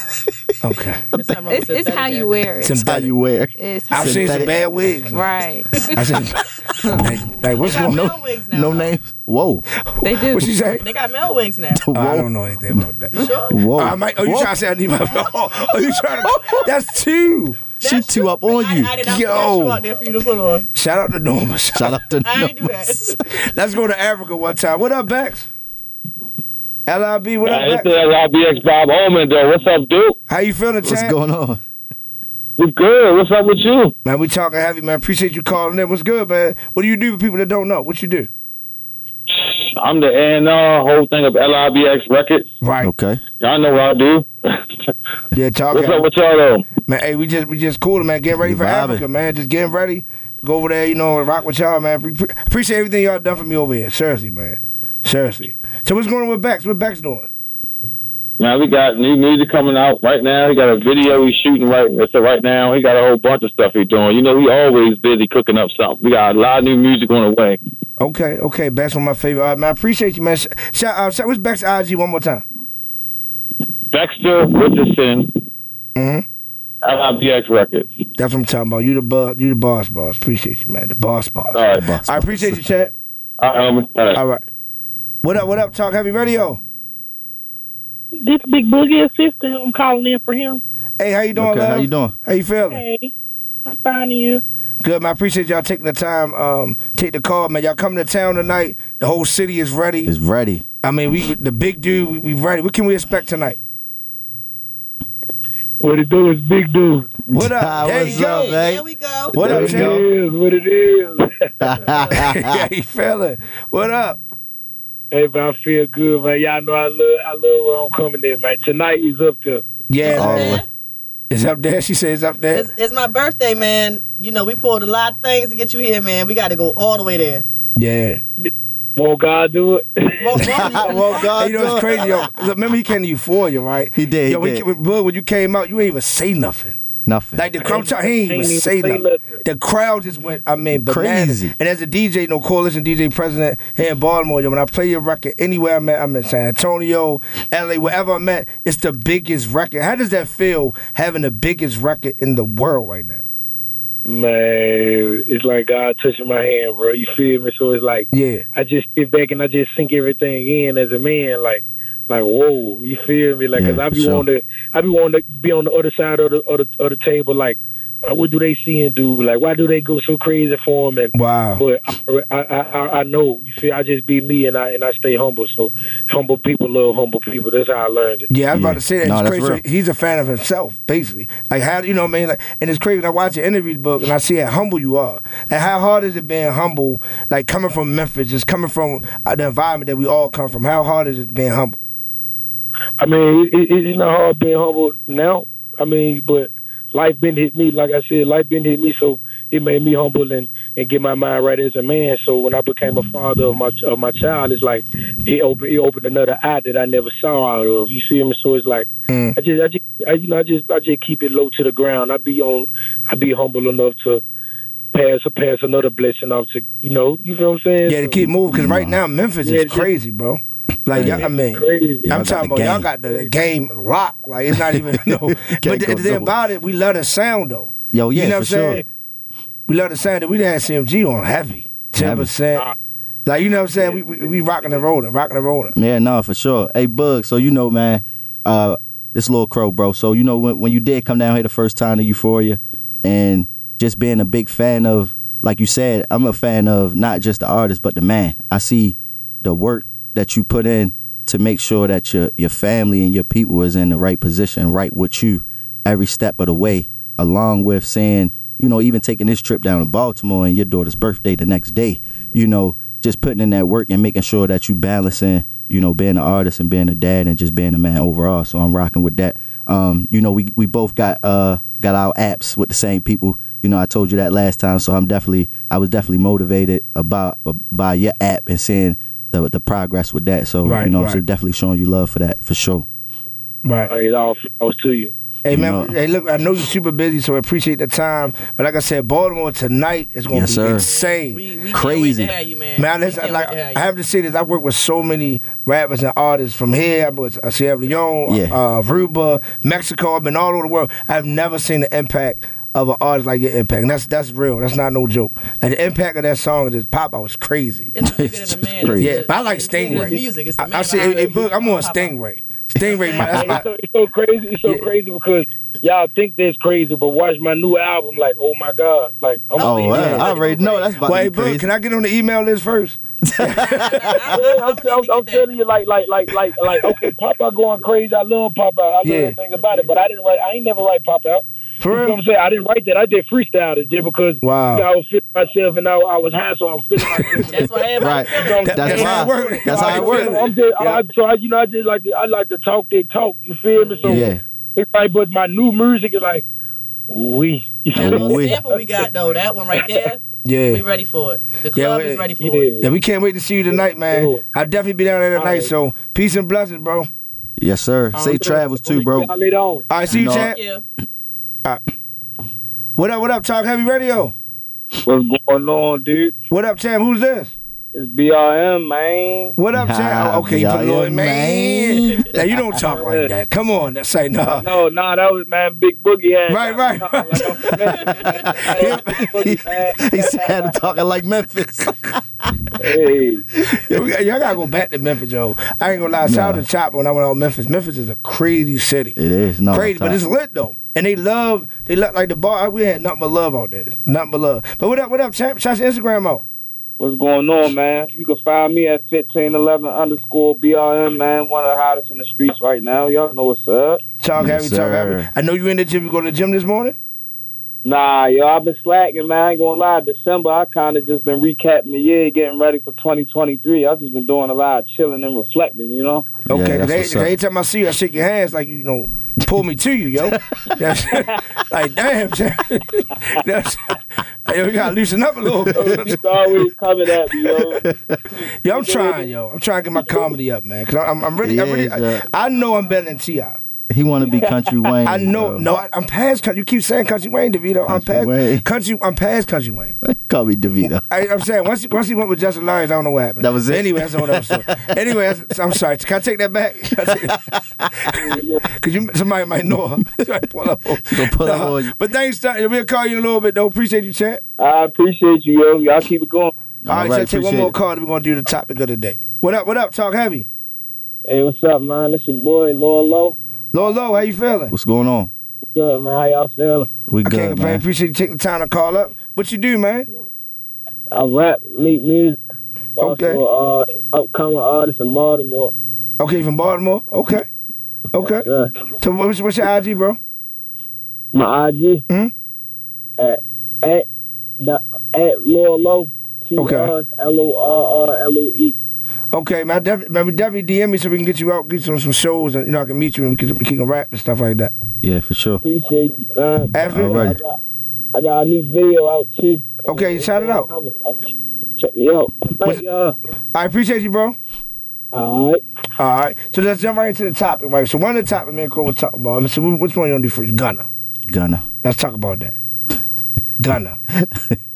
No. Okay. It's, it's how you wear it. It's how you wear. It's I've seen some synthetic. bad wigs. Right. I said, like, like, what's wrong? No, no names. Whoa. They do. What she say? They got male wigs now. Oh, I don't know anything about that. Whoa. I might, oh, you Whoa. trying to say I need my? Oh, you trying to? That's two. She two up on you. I did not put that shoe Yo. out there for you to put on. Shout out to Norma. Shout out to I ain't do that. Let's go to Africa one time. What up, Bex? LIB, what Hey, up, it's Bex? the LIBX Bob Omen, though. What's up, dude? How you feeling, Chad? on? We good. What's up with you? Man, we talking heavy, man. Appreciate you calling in. What's good, man? What do you do for people that don't know? What you do? I'm the A&R whole thing of LIBX Records. Right. Okay. Y'all know what I do. yeah, talk. What's out. up with y'all, though? Man, hey, we just we just cool, man. Get ready We for vibing. Africa, man. Just getting ready. Go over there, you know, and rock with y'all, man. Pre- pre- appreciate everything y'all done for me over here. Seriously, man. Seriously. So what's going on with Bex? What Bex doing? Man, we got new music coming out right now. He got a video he's shooting right so right now. He got a whole bunch of stuff he's doing. You know, we always busy cooking up something. We got a lot of new music on the way. Okay, okay. Bex, one of my favorite. All right, man, I appreciate you, man. Sh- Shout out. Shout, what's Bex IG one more time? Dexter Richardson, hmm LIBX Records. That's what I'm talking about. You the boss. You the boss, boss. Appreciate you, man. The boss, boss. All right. I appreciate you, Chad. all right. All right. What up? What up? Talk Heavy Radio. This big boogie assistant, I'm calling in for him. Hey, how you doing, Okay, how love? you doing? How you feeling? Hey, I'm finding you. Good, man. I appreciate y'all taking the time. Um, take the call, man. Y'all coming to town tonight. The whole city is ready. It's ready. I mean, we the big dude. We, we ready. What can we expect tonight? What it do is big dude. What up? There you go. man? we go. What up, What it Joe? is, what it is. How you feeling? What up? Hey, but I feel good, man. Y'all know I love, I love where I'm coming in, man. Tonight is up there. Yeah, man. It's up there. She says it's up there. It's, it's my birthday, man. You know, we pulled a lot of things to get you here, man. We got to go all the way there. yeah. Won't God do it? well, God, you know it's crazy, yo. Look, Remember he came to Euphoria, right? He did, he Yo, when, did. you- when- Bud, when you came out, you ain't even say nothing. Nothing. Like the crowd, talk- he ain't even say nothing. The crowd just went. I mean, bananas. Crazy. And as a DJ, no coalition DJ president here in Baltimore, yo, when I play your record anywhere I'm at, I'm in San Antonio, LA, wherever I'm at, it's the biggest record. How does that feel having the biggest record in the world right now? Man, it's like God touching my hand, bro. You feel me? So it's like, yeah, I just sit back and I just sink everything in as a man, like, like whoa, you feel me? Like, 'cause Yeah, I for be sure. wanting to, I be wanting to be on the other side of the of the, of the table, like. uh, What do they see and do? Like, why do they go so crazy for him? And Wow. but I, I, I, I know you feel. I just be me, and I and I stay humble. So, humble people love humble people. That's how I learned it. Yeah, I was about to say that. No, it's that's crazy. real. He's a fan of himself, basically. Like how you know what I mean? Like, and it's crazy. When I watch the interviews book and I see how humble you are. Like how hard is it being humble? Like coming from Memphis, just coming from uh, the environment that we all come from. How hard is it being humble? I mean, it, it, it's not hard being humble now. I mean, but life been hit me. Like I said, life been hit me, so it made me humble and and get my mind right as a man. So when I became a father of my of my child, it's like it opened it opened another eye that I never saw out of. You see me? So it's like I just I just I, you know I just I just keep it low to the ground. I be on I be humble enough to. Pass or pass another blessing off to you know you know what I'm saying Yeah, to So- keep moving. Because right now Memphis Yeah, is it's just- crazy, bro. Like y'all, I mean, Crazy. Y'all I'm got talking the about y'all game. got the game locked. Like it's not even no. but Can't the, go the thing double. about it, we love the sound though. Yo, yeah, you know for what I'm sure. saying? We love the sound that we done had CMG on heavy, ten percent. Uh, Like you know what I'm saying? We we, we rocking and rolling, rocking and rolling. Yeah, no, for sure. Hey, Bug. So you know, man, uh, This little crow, bro. So you know when when you did come down here the first time to Euphoria, and just being a big fan of, like you said, I'm a fan of not just the artist but the man. I see the work that you put in to make sure that your your family and your people is in the right position, right with you, every step of the way. Along with saying, you know, even taking this trip down to Baltimore and your daughter's birthday the next day, you know, just putting in that work and making sure that you balancing, you know, being an artist and being a dad and just being a man overall. So I'm rocking with that. Um, you know, we we both got uh got our apps with the same people. You know, I told you that last time, so I'm definitely I was definitely motivated about by your app and seeing the the progress with that. So Right, you know, right. so definitely showing you love for that for sure. Right. It all was to you. Hey You man, know. hey look, I know you're super busy, so I appreciate the time. But like I said, Baltimore tonight is going Yes, to be sir. insane, Crazy. man. listen, like, I have to say this. I work with so many rappers and artists from here. I was uh, Sierra Leone, Yeah. uh, Aruba, Mexico. I've been all over the world. I've never seen the impact of an artist like your impact. And that's that's real. That's not no joke. Like the impact of that song, this pop out was crazy. It's crazy. Yeah, but I like Stingray. music. It's the I, I see. Hey, Boog, I'm on Stingray. Stingray, my, that's my it's, so, it's so crazy. It's so crazy because y'all think that's crazy, but watch my new album. Like, oh my god! Like, I'm Oh, wow. I already know that's about Wait, to be Boog, crazy. can I get on the email list first? Yeah, I'm, I'm, I'm telling you, like, like, like, like, like, okay, Pop Out going crazy. I love Pop Out. I love Yeah. everything about it, but I didn't write. I ain't never write Pop Out. For you know real? what I'm saying? I didn't write that. I did freestyle it just because Wow. you know, I was feeling myself and I, I was high, so I'm feeling myself. That's why Right. That's, That's how it works. That's how it works. I'm just, I, so I, you know, I just like to, I like to talk. They talk. You feel me? So Yeah. it's like, but my new music is like we. That little sample we got though, that one right there. Yeah. We ready for it. The club we- is ready for it. Yeah, we can't wait to see you tonight, man. I'll definitely be down there tonight. right. So peace and blessings, bro. Yes, sir. Say travels too, bro. Later on. All right, see you, No. Chad. What up? What up? Talk Heavy Radio. What's going on, dude? What up, Chad? Who's this? It's BRM, man. What up, Chad? Nah, Oh, okay, you put it y'all, on, man. now you don't talk like that. Come on, that's say no. No, no, that was man, Big Boogie. Had Right, right. he said I'm talking like Memphis. Hey, y'all gotta go back to Memphis, yo. I ain't gonna lie. Shout out to Chop when I went out to Memphis. Memphis is a crazy city. It is no crazy, but it's lit though. And they love, they love like the bar. We had nothing but love out there, nothing but love. But what up, what up, champ? Shout your Instagram out. What's going on, man? You can find me at fifteen eleven underscore BRM, man. One of the hottest in the streets right now. Y'all know what's up. Talk heavy, talk heavy. I know you in the gym. You go to the gym this morning. Nah, yo, I've been slacking, man. I ain't gonna lie. December, I kind of just been recapping the year, getting ready for 2023. I've just been doing a lot of chilling and reflecting, you know? Okay, 'cause every- 'cause every time I see you, I shake your hands like you know, pull me to you, yo. That's, like damn, Chad. That's, yo, you gotta loosen up a little. It's always coming at me, yo. Yo, I'm trying, yo. I'm trying to get my comedy up, man. Cause I'm, I'm really, I'm Yeah, really, I, yeah. I know I'm better than Ti. He want to be country Wayne. I know, no, I, I'm past country. You keep saying country Wayne, DeVito. I'm past Wayne. country. I'm past country Wayne. bro. Call me DeVito. I, I'm saying once he, once he went with Justin Lyons, I don't know what happened. That was it? Anyway, that's another episode. anyway, that's, I'm sorry. Can I take that back? Because you somebody might know her. Somebody pull up on- Nah, But thanks, Ty. we'll call you in a little bit though. Appreciate you, chat. I appreciate you, yo. Y'all keep it going. All right, so take one more call. Then we're gonna do the topic of the day. What up? What up? Talk heavy. Hey, what's up, man? This your boy, Lord Low. Lord Low, how you feeling? What's going on? What's up, man? How y'all feeling? We I can't good, complain. man. Appreciate you taking the time to call up. What you do, man? I rap, make music. Okay. Also, uh, upcoming artist in Baltimore. Okay, from Baltimore. Okay. Okay. So what's, what's your IG, bro? My IG at at the at Lord Low. Two Okay. R's, L O R R L O E. Okay, man. Definitely, man, definitely DM me so we can get you out, get you on some shows, and you know I can meet you and we can, we can rap and stuff like that. Yeah, for sure. Appreciate you, son. Alrighty. I got, I got a new video out too. Okay, shout it out. Check me out. Thank y'all. I appreciate you, bro. All right. All right. So let's jump right into the topic, right? So one of the topic, man, Cole, we're talking about. I mean, so which one you want to do first? Gunner. Gunner. Let's talk about that. Gunner. I'm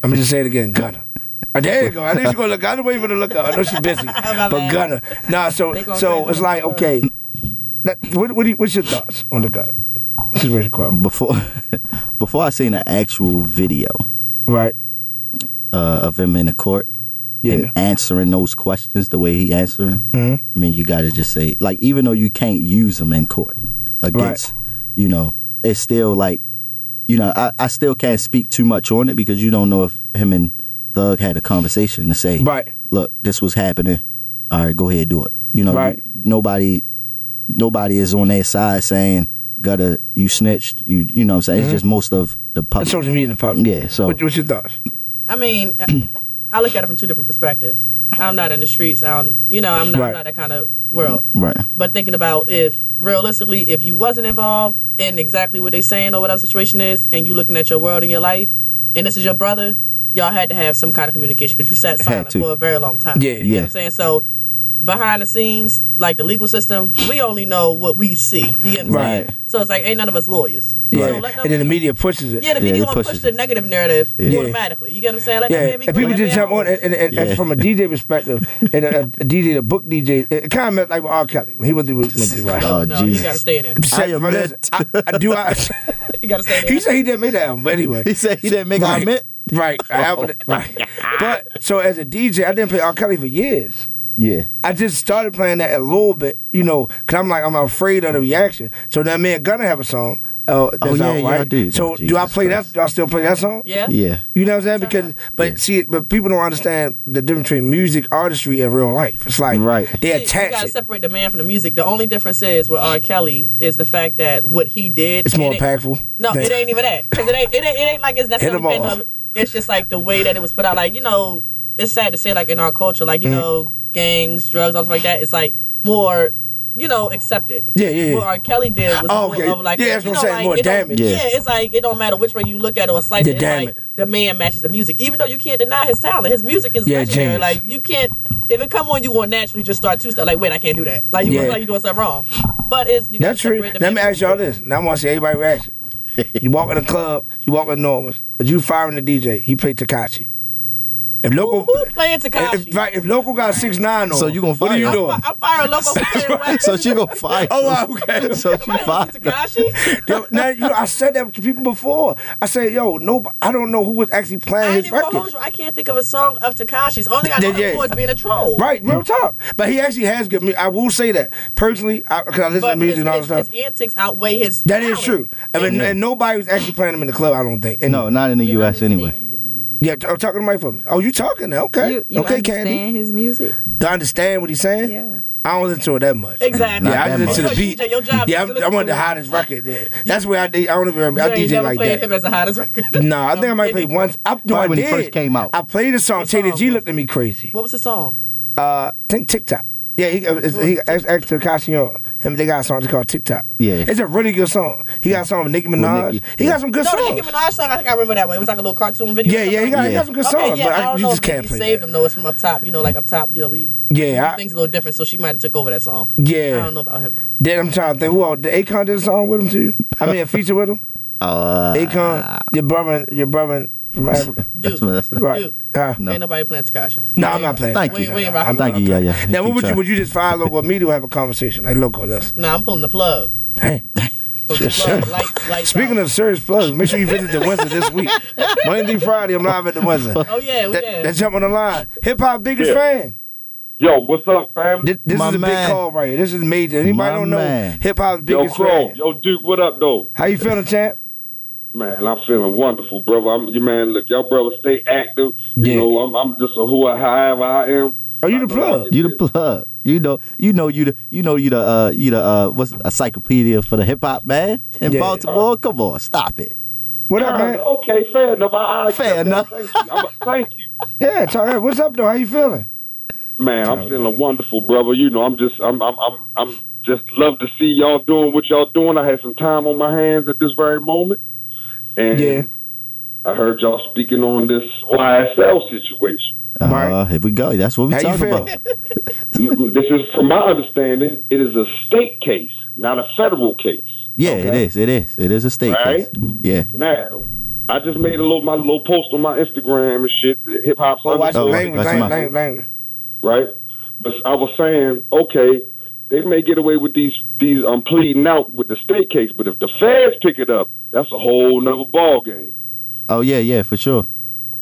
gonna just say it again, Gunner. Oh, there you go. I know she's gonna look. I was waiting for her to look up. I know she's busy, but Gunner. Nah. So Oh, They gonna so say it's like okay. That, what what, do you, what's your thoughts on the gun? Before, before I seen an actual video, right, uh, of him in the court, Yeah. and answering those questions the way he answering. Mhm. I mean, you gotta just say like, even though you can't use them in court, against, you know, it's still like, you know, I, I still can't speak too much on it because you don't know if him and Thug had a conversation to say, right, look, this was happening. All right, go ahead, do it. You know, Right. nobody, nobody is on their side saying, gotta, you snitched, you, you know what I'm saying? Mhm. It's just most of the public. That's what you mean, the public. Yeah, so. What, what's your thoughts? I mean, I look at it from two different perspectives. I'm not in the streets. I don't, you know, I'm not, Right. I'm not that kind of world. Right. But thinking about if realistically, if you wasn't involved in exactly what they saying or what our situation is, and you looking at your world and your life, and this is your brother, y'all had to have some kind of communication because you sat Had silent to. for a very long time. Yeah. you know Yeah. what I'm saying so. Behind the scenes, like the legal system, we only know what we see. You get what I'm saying? Right. So it's like ain't none of us lawyers. Yeah. So let them and then the media pushes it. yeah, the media gonna push the negative narrative Yeah. automatically. You get what I'm saying? Let yeah, that man be and cool, people let just that jump on, and, and, and Yeah. from a DJ perspective, and a, a DJ, the book DJ, it kind of meant like with R. Kelly when he went through. Went through right. Oh, No, you Jesus. gotta stay in there. Except I am for this, I, I do. I, you gotta stay He said he didn't make that album, but anyway, he said he didn't make right. I Meant? Right, I album, Oh. Oh, right. But so as a DJ, I didn't play R. Kelly for years. Yeah. I just started playing that a little bit, you know, cause I'm like I'm afraid of the reaction. So that man gonna have a song. Uh, that's yeah, out, yeah, right? I do. So do I Jesus play that? Do I still play that song? Yeah. Yeah. You know what I'm saying? Because, but see, but people don't understand the difference between music, artistry, and real life. It's like right. they See, you attach gotta it. separate the man from the music. The only difference is with R. Kelly is the fact that what he did. It's more it ain't- impactful. No, it ain't even that. Because it ain't, it ain't it ain't like it's necessarily. 'em all. dependent on- It's just like the way that it was put out. Like you know, it's sad to say like in our culture, like you Mhm. know, gangs, drugs, all stuff like that. It's like more. You know, accepted. Yeah, yeah, yeah. What R. Kelly did was Oh, more okay. of like, Yeah, that's you what know, I'm saying, like, more it don't- damage. Yeah. Yeah. it's like it don't matter which way you look at it or slice The it. It's like damage. the man matches the music, even though you can't deny his talent. His music is Yeah, legendary. genius. Like you can't if it come on you will naturally just start two step like wait I can't do that like you Yeah. feel like you're doing something wrong but it's you That's true. separate the Let me ask y'all this. Now I want to see everybody reaction. you walk in the club, you walk with Norman, but you firing the DJ. He played Takashi. If local, playing If, if, right, if local got six nine on, so you gonna What are you I'm, doing? fi- I'm firing local right. so she gonna fight. Oh, wow, okay. so she fight. Yo, now you know, I said that to people before. I said, "Yo, no, I don't know who was actually playing his Well, record." hold you, I can't think of a song of Takashi's only I know Yeah, yeah. yeah. is being a troll Right, real talk. But he actually has good music. I will say that personally, I, cause I listen but to music his, and all his, that stuff. his antics outweigh his That is true. I mean, and nobody was actually playing him in the club. I don't think. And no, not in the U.S. anyway. Yeah, I'm talking to Mike for me. Oh, you talking now? Okay, You- you okay, understand Candy. his music. Do I understand what he's saying? Yeah. I don't listen to it that much. Exactly. Yeah, Not I that listen to the much. beat. DJ, your job yeah, is to I'm, I'm listen on the to- hottest record. Yeah. That's where I, did, I don't even remember. I You ain't DJ never like played that. him as the hottest record no, I think I might play once. I, no, I Probably when he did. first came out. I played a song. Teddy G looked at me crazy. what was the song Uh, I think TikTok. Yeah, he, uh, it's- he asked asked Takashi on him. They got a song that's called TikTok. Yeah. it's a really good song. He got a song with Nicki With Minaj. Nicki, He got some good no, songs. the Nicki Minaj song I think I remember that one it was like a little cartoon video Yeah, or yeah, he something. got- he got some good okay, songs, yeah, but I- I don't you know just if Nicki can't play saved them though it's from up top you know like up top you know we Yeah, I- things a little different so she might have took over that song Yeah. I don't know about him Then I'm trying to think who else. Did Akon did a song with him too? I mean, a feature with him. Uh, Akon, your brother, your brother from Africa. That's what that's Right. Huh? Ain't nobody playing Takashi. Uh, No, I'm not playing. Thank you. We- we ain't rocking Thank you. Yeah, yeah. Now, what Keep would you trying. would you just follow with me to have a conversation? Like, loco, listen. Nah, I'm pulling the plug. Lights, lights Speaking of serious plugs, make sure you visit the Windsor this week. Monday through Friday, I'm live at the Windsor. Oh, yeah, that, yeah. That jump on the line. Hip hop biggest Yeah. fan. Yo, what's up, fam? This, this My is a man. big call right here. This is major. Anybody My don't man. know hip hop's Yo, biggest Crow. fan. Yo, Duke, what up, though? How you feeling, champ? Man, I'm feeling wonderful, brother. I'm your man. Look, y'all, brother, stay active. You know, I'm, I'm just a who I, however I am. Are you the plug? You the plug. You know, you know, you the, you know, you the, uh, you the, uh, what's encyclopedia for the hip hop man in Yeah. Baltimore? Come on, stop it. What up, Nah, man? Okay, fair enough. I, I fair enough. Thank you. I'm a- thank you. Yeah, Tyler, what's up though? How you feeling? Man, I'm feeling wonderful, brother. You know, I'm just, I'm, I'm, I'm, I'm just love to see y'all doing what y'all doing. I had some time on my hands at this very moment, and I heard y'all speaking on this YSL situation. Uh, Here we go. That's what we talking about. N- this is, from my understanding, it is a state case, not a federal case. Yeah, it is. It is. It is a state Right. case. Yeah. Now, I just made a little my little post on my Instagram and shit. Hip hop. Oh, watch the Understood, language, language, language, language. right? But I was saying, okay, they may get away with these these um pleading out with the state case, but if the feds pick it up, that's a whole nother ball game. Oh yeah, yeah, for sure.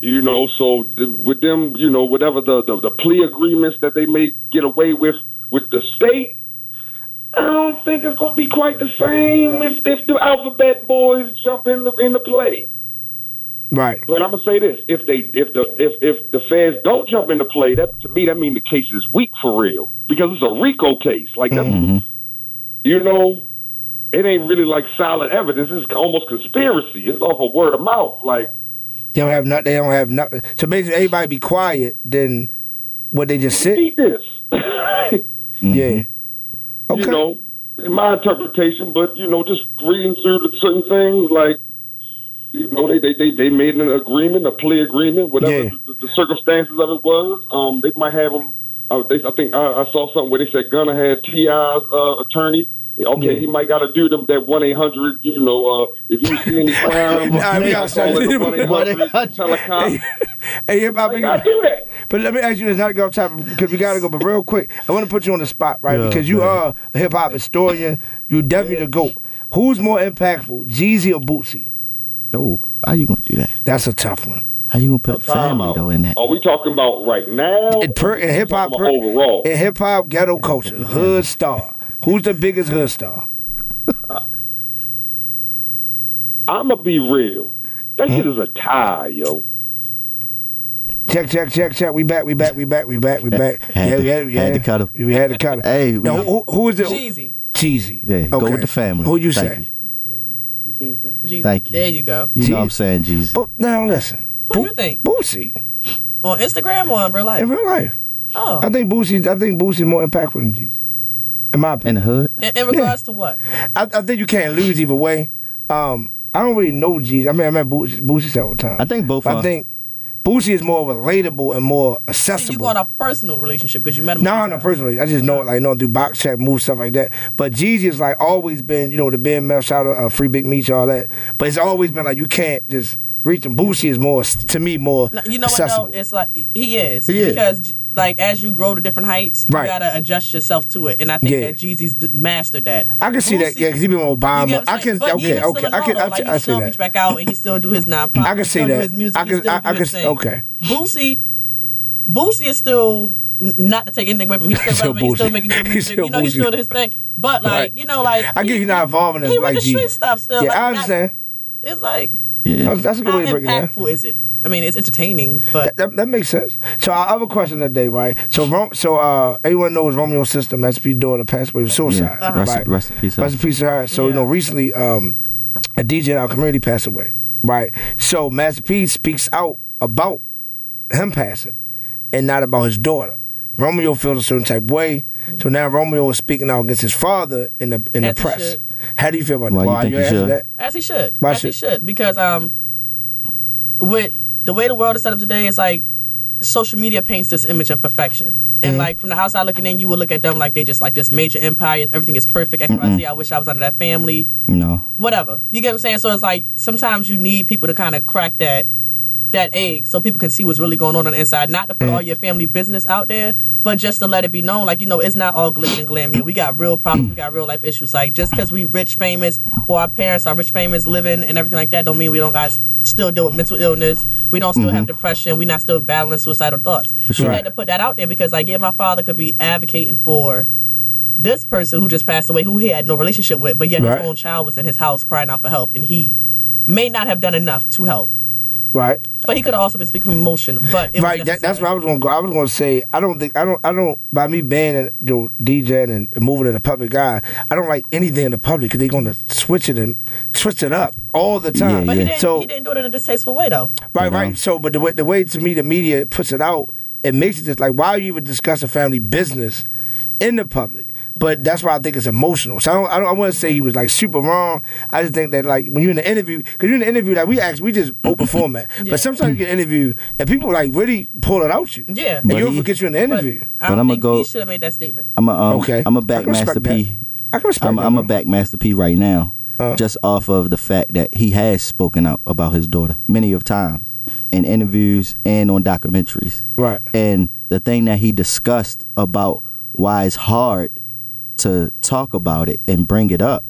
You know, so th- with them, you know, whatever the, the the plea agreements that they may get away with with the state, I don't think it's gonna be quite the same if, if the Alphabet Boys jump in the in the play. Right. But I'm gonna say this: if they, if the, if if the feds don't jump into play, that to me that means the case is weak for real because it's a RICO case. Like Mm-hmm. that's, Mm-hmm. you know, it ain't really like solid evidence. It's almost conspiracy. It's off of word of mouth. Like They don't have nothing. They don't have nothing. So basically, everybody be quiet. Then what? They just sit. this. Yeah. you know, in my interpretation, but you know, just reading through the certain things like. You know, they, they, they, they made an agreement, a plea agreement, whatever the, the circumstances of it was. Um, they might have them. Uh, they, I think I, I saw something where they said Gunner had Ti's uh, attorney. Okay, Yeah. he might got to do them that one eight hundred. You know, uh, if you see any crime, Nah, we outside. one eight hundred telecom. Hey, yeah, my big, but let me ask you this, not to go off topic because we gotta go. But real quick, I want to put you on the spot, right? Yeah, because you man. are a hip hop historian. You definitely the goat. Who's more impactful, Jeezy or Bootsy? Oh, how you gonna do that? That's a tough one. How you gonna put family though in that? Are we talking about right now? In, per, in hip hop, per- overall. in hip hop ghetto culture, hood star. Who's the biggest hood star? I'm gonna be real. That shit is a tie, yo. Check, check, check, check. We back, we back, we back, we back, we back. Had yeah, to- yeah, yeah. had to cut him. We had to cut him. Hey, we- now, who, who is it? Jeezy. Cheesy. Yeah, go Okay. with the family. Who you Thank say? Jeezy. Thank you. There you go. You know what I'm saying, Jesus. Bo- now listen, Who do you think? Boosie. On Instagram or in real life? In real life. Oh. I think Boosie. I think Boosie's more impactful than Jeezy. In my In opinion. the hood. In, in regards to what? I, I think you can't lose either way. Um, I don't really know Jeezy. I mean, I met Boosie, Boosie several times. I think both I are. think Boosie is more relatable and more accessible. You going off personal relationship because you met him. No, no, personally, I just know it, like know through box check, move stuff like that. But Jeezy has like always been, you know, the big male shout out, uh, free big meat, all that. But it's always been like you can't just reach him. Boosie is more to me more No, you know what accessible. though? It's like he is He is. because like as you grow to different heights, Right. you gotta adjust yourself to it, and I think Yeah. that Jeezy's d- mastered that. I can see that, yeah, because he been with You Obama. get what I'm I can, saying? But okay, even okay, still I can, alone, I, like, can- he I see still that. reach back out and he still do his nonprofit. I can he see still do that. his music. I can- he still I- do I can his see- thing. okay. Boosie, Boosie is still n- not to take anything away from him. He's still, Still relevant, he's still Boosie. making good He's music. still you know, he's Boosie. still doing his thing. But like Right. you know, like I get you not evolving as he like with the Jeezy. street stuff still. Yeah, like, I not- understand. it's like That's, that's a good how way to break it down. impactful is it? I mean, it's entertaining, That, but that, that makes sense. So our other question of the day, right? So Rom- so uh, everyone knows Romeo's sister, Masterpiece daughter, passed away with suicide. Yeah. Rest- right? rest in peace, Rest in peace to her. So you know, recently um, a DJ in our community passed away. Right. So Masterpiece speaks out about him passing and not about his daughter. Romeo feels a certain type of way. So now Romeo is speaking out against his father in the in As the he press. should. How do you feel about Why that? you Why think you he asking should? that? As he should. Why as he should- should. Because um with the way the world is set up today, it's like social media paints this image of perfection. Mm-hmm. And like from the outside looking in, you would look at them like they just like this major empire, everything is perfect, X, Y, Z. I wish I was under that family. No. Whatever. You get what I'm saying? So it's like sometimes you need people to kind of crack that that egg so people can see what's really going on on the inside. Not to put Mm. all your family business out there, but just to let it be known, like, you know, it's not all glitz and glam here. We got real problems, we got real life issues. Like, just because we rich, famous, or our parents are rich, famous, living, and everything like that, don't mean we don't guys still deal with mental illness. We don't still have Mhm. depression. we not still battling suicidal thoughts. For sure. We had to put that out there because, like, yeah, my father could be advocating for this person who just passed away, who he had no relationship with, but yet Right. his own child was in his house crying out for help, and he may not have done enough to help. Right. But he could have also been speaking from emotion. But it right, was that, that's where I was gonna go. I was gonna say I don't think I don't I don't by me banning you know, DJing and moving in the public eye. I don't like anything in the public because they're gonna switch it and twist it up all the time. But He, didn't, So he didn't do it in a distasteful way, though. right, right. So but the way the way to me the media puts it out, it makes it just like why are you even discussing family business in the public? Mm. But that's why I think it's emotional. So I don't I, don't, I wouldn't say he was like super wrong. I just think that like when you're in the interview, because you're in the interview, like we ask, we just open format. But sometimes you get an interview and people like really pull it out you. Yeah. And you'll But he- forget you in the interview. I But don't I'ma think go- He should have made that statement. I'm a um, Okay. I'm a I can back respect Master that. P. I can respect I'm, that, Uh. I'm a though. back Master P right now, just off of the fact that he has spoken out about his daughter many of times in interviews and on documentaries. Right. And the thing that he discussed about why it's hard to talk about it and bring it up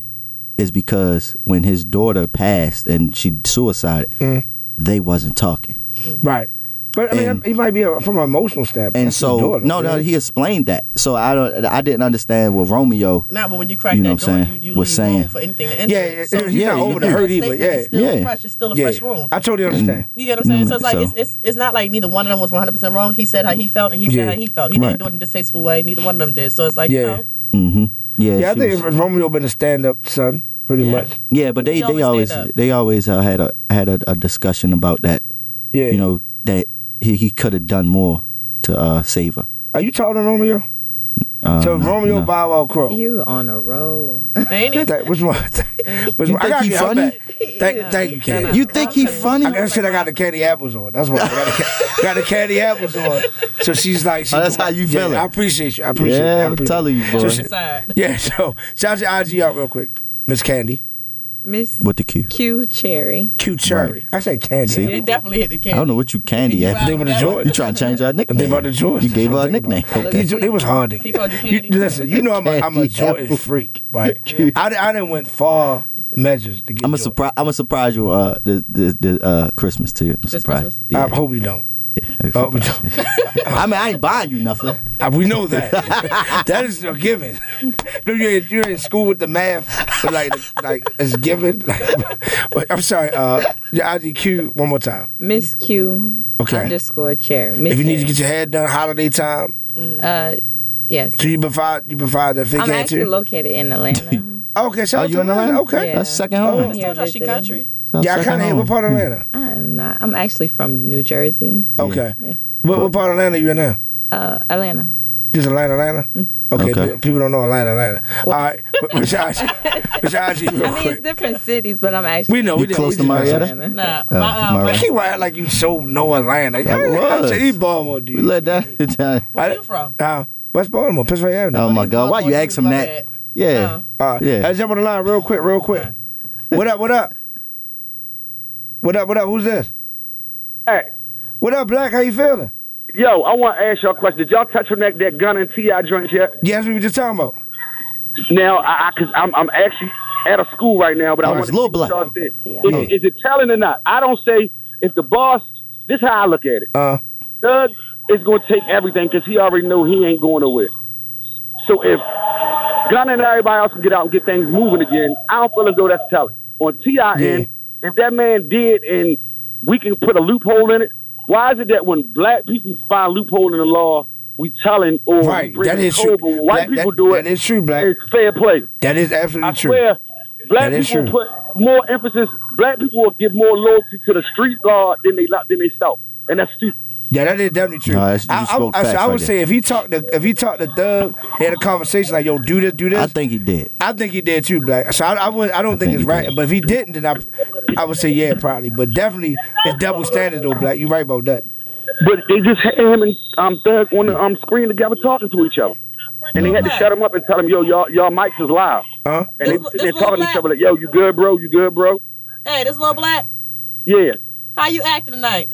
is because when Mm. mm-hmm. his daughter passed and she suicided, they wasn't talking. Right. But I mean, he might be a, from an emotional standpoint. And That's his so daughter, no, no, right? he explained that. So I don't, I didn't understand what Romeo. Nah, but when you crack you know that what I'm door, saying, you, you was leave saying. room for anything to enter. yeah, yeah, he's not over the hurt either. Yeah, It's still yeah. fresh. It's still a Yeah. fresh room. I totally understand. You get what I'm saying? Mm, So it's like so- it's, it's it's not like neither one of them was 100 percent wrong. He said how he felt, and he Yeah. said how he felt. He Right. didn't do it in a distasteful way. Neither one of them did. So it's like you Yeah. know, Mm-hmm. Yeah, yeah, I she think was- if Romeo been a stand up son, pretty much. Yeah, but they they always they always uh, had a had a, a discussion about that. Yeah. you know that he, he could have done more to uh, save her. Are you taller than Romeo? Uh, so if no, Romeo no. Bow Wow Crow. You on a roll. That- which one? Which You one? I think got he get her funny? back. Thank, thank you, Candy. You think he funny? I got shit. I got the candy apples on. That's what I got. The, ca- got the candy apples on. So she's like, she, Oh, that's how you yeah, feeling. I appreciate you. I appreciate Yeah, you. I I'm appreciate telling you, boy. So she- yeah. So shout out to IG out real quick, Miss Candy. Miss With the Q. Q Cherry. Q Cherry. I said Candy. See? It definitely hit the I don't know what you candy at. They were the Jordans. You trying to change our nickname? They were the You gave her a nickname. Okay. It was hard to get. You, listen, you know I'm a, I'm Candy a Jordan apple. freak, right? I, di- I didn't went far measures to get. I'm a surprise. I'm a surprise you. Uh, the the, the uh, Christmas too. I'm This surprised. Christmas? I hope you don't. Yeah, Oh, we I mean, I ain't buying you nothing. Uh, we know that. that is a given. No, You're in, you're in school with the math, but like like it's given. Like, wait, I'm sorry. Uh, your IDQ one more time. Miss Q Okay. underscore Cherry. Miss if you need to get your hair done, holiday time. Uh, yes. So you provide you provide that fake I'm hair actually too. located in Atlanta. okay, so Are Oh, you in Atlanta? Okay, Oh. Yeah. That's second home. I told y'all she country. yeah, I kind of. What part of Atlanta? I am not. I'm actually from New Jersey. Okay. What, what part of Atlanta you in now? Uh, Atlanta. Just Atlanta, Atlanta. Mm. Okay, pe- people don't know Atlanta, Atlanta. All right, but- but y'all- but y'all see real I mean, quick. it's different cities, but I'm actually. We know we did- we did Atlanta. Nah, Oh, my- Marietta. I keep act like you so know Atlanta. I, I, I was. said he Baltimore, dude. We let that. down. Where you from? Uh, West Baltimore, Pennsylvania Avenue. Uh, Oh my God! Why you ask him that? Yeah. All right, Yeah. let's jump on the line real quick, real quick. What up? What up? What up? What up? Who's this? Hey. What up, Black? How you feeling? Yo, I want to ask y'all a question. Did y'all touch on that, that gun and T.I. joint yet? Yeah, that's what we were just talking about. Now, I, I, cause I'm, I'm actually at a school right now, but Oh, I want it's to Lil Black. y'all said. Is, is it telling or not? I don't say if the boss, this is how I look at it. Uh, Doug is going to take everything because he already know he ain't going nowhere. So if Gunn and everybody else can get out and get things moving again, I don't feel as though that's telling. On TIN, if that man did and we can put a loophole in it, why is it that when black people find loophole in the law, we telling or we Right, bring that it is true. over, but when white That- people that- do it. that is true, black. It's fair play. That is absolutely I true. Swear, black That is people true. put more emphasis. Black people will give more loyalty to the street law than they than they self, and that's stupid. Yeah, that is definitely true. No, that's- you I, I, spoke I, facts I right would there. say if he talked to if he talked to Doug, he had a conversation like, "Yo, do this, do this." I think he did. I think he did too, Black. So I, I would I don't think, it's right. But if he didn't, then I I would say yeah, probably. But definitely it's double standard though, Black. You're right about that. But they just had him and um, Thug on the um, screen together talking to each other. And they had to shut him up and tell him, yo, y'all, y'all mics is loud. Huh? And they, This- they're this talking to little each other like, yo, you good, bro? You good, bro? Hey, this little black, Yeah. how you acting tonight?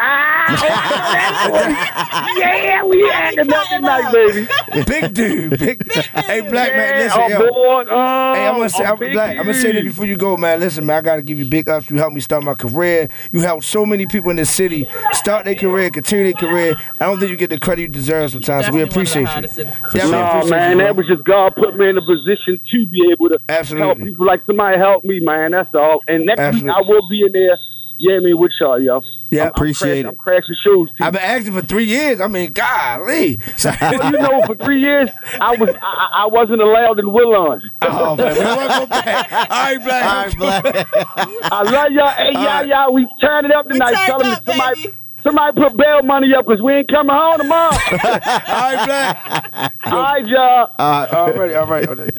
Ah! yeah, we acting up tonight, baby. big dude, big. hey, Black man, Yeah, listen, I'm yo. born, uh, hey, I'm gonna say, I'm I'm, big Black. I'm gonna say that dude. before you go, man. Listen, man, I gotta give you big ups. You helped me start my career. You helped so many people in this city start their career, continue their career. I don't think you get the credit you deserve sometimes. so we appreciate you. Definitely No, appreciate man, you, bro. that was just God put me in a position to be able to help people like somebody help me, man. That's all. And next Absolutely. week I will be in there. Yeah, I mean, with y'all, y'all. Yeah, I'm, appreciate I'm crashing, I'm crashing shoes. I've been asking for three years. I mean, golly. So, Well, you know, for three years I was I, I wasn't allowed in Willon. Oh man, we want to go back. All right, Black. I love y'all. Hey, y'all, y'all, we turned it up tonight. Tell them somebody, somebody put bail money up because we ain't coming home tomorrow. All right, Black. All right, y'all. all right, all right, all right.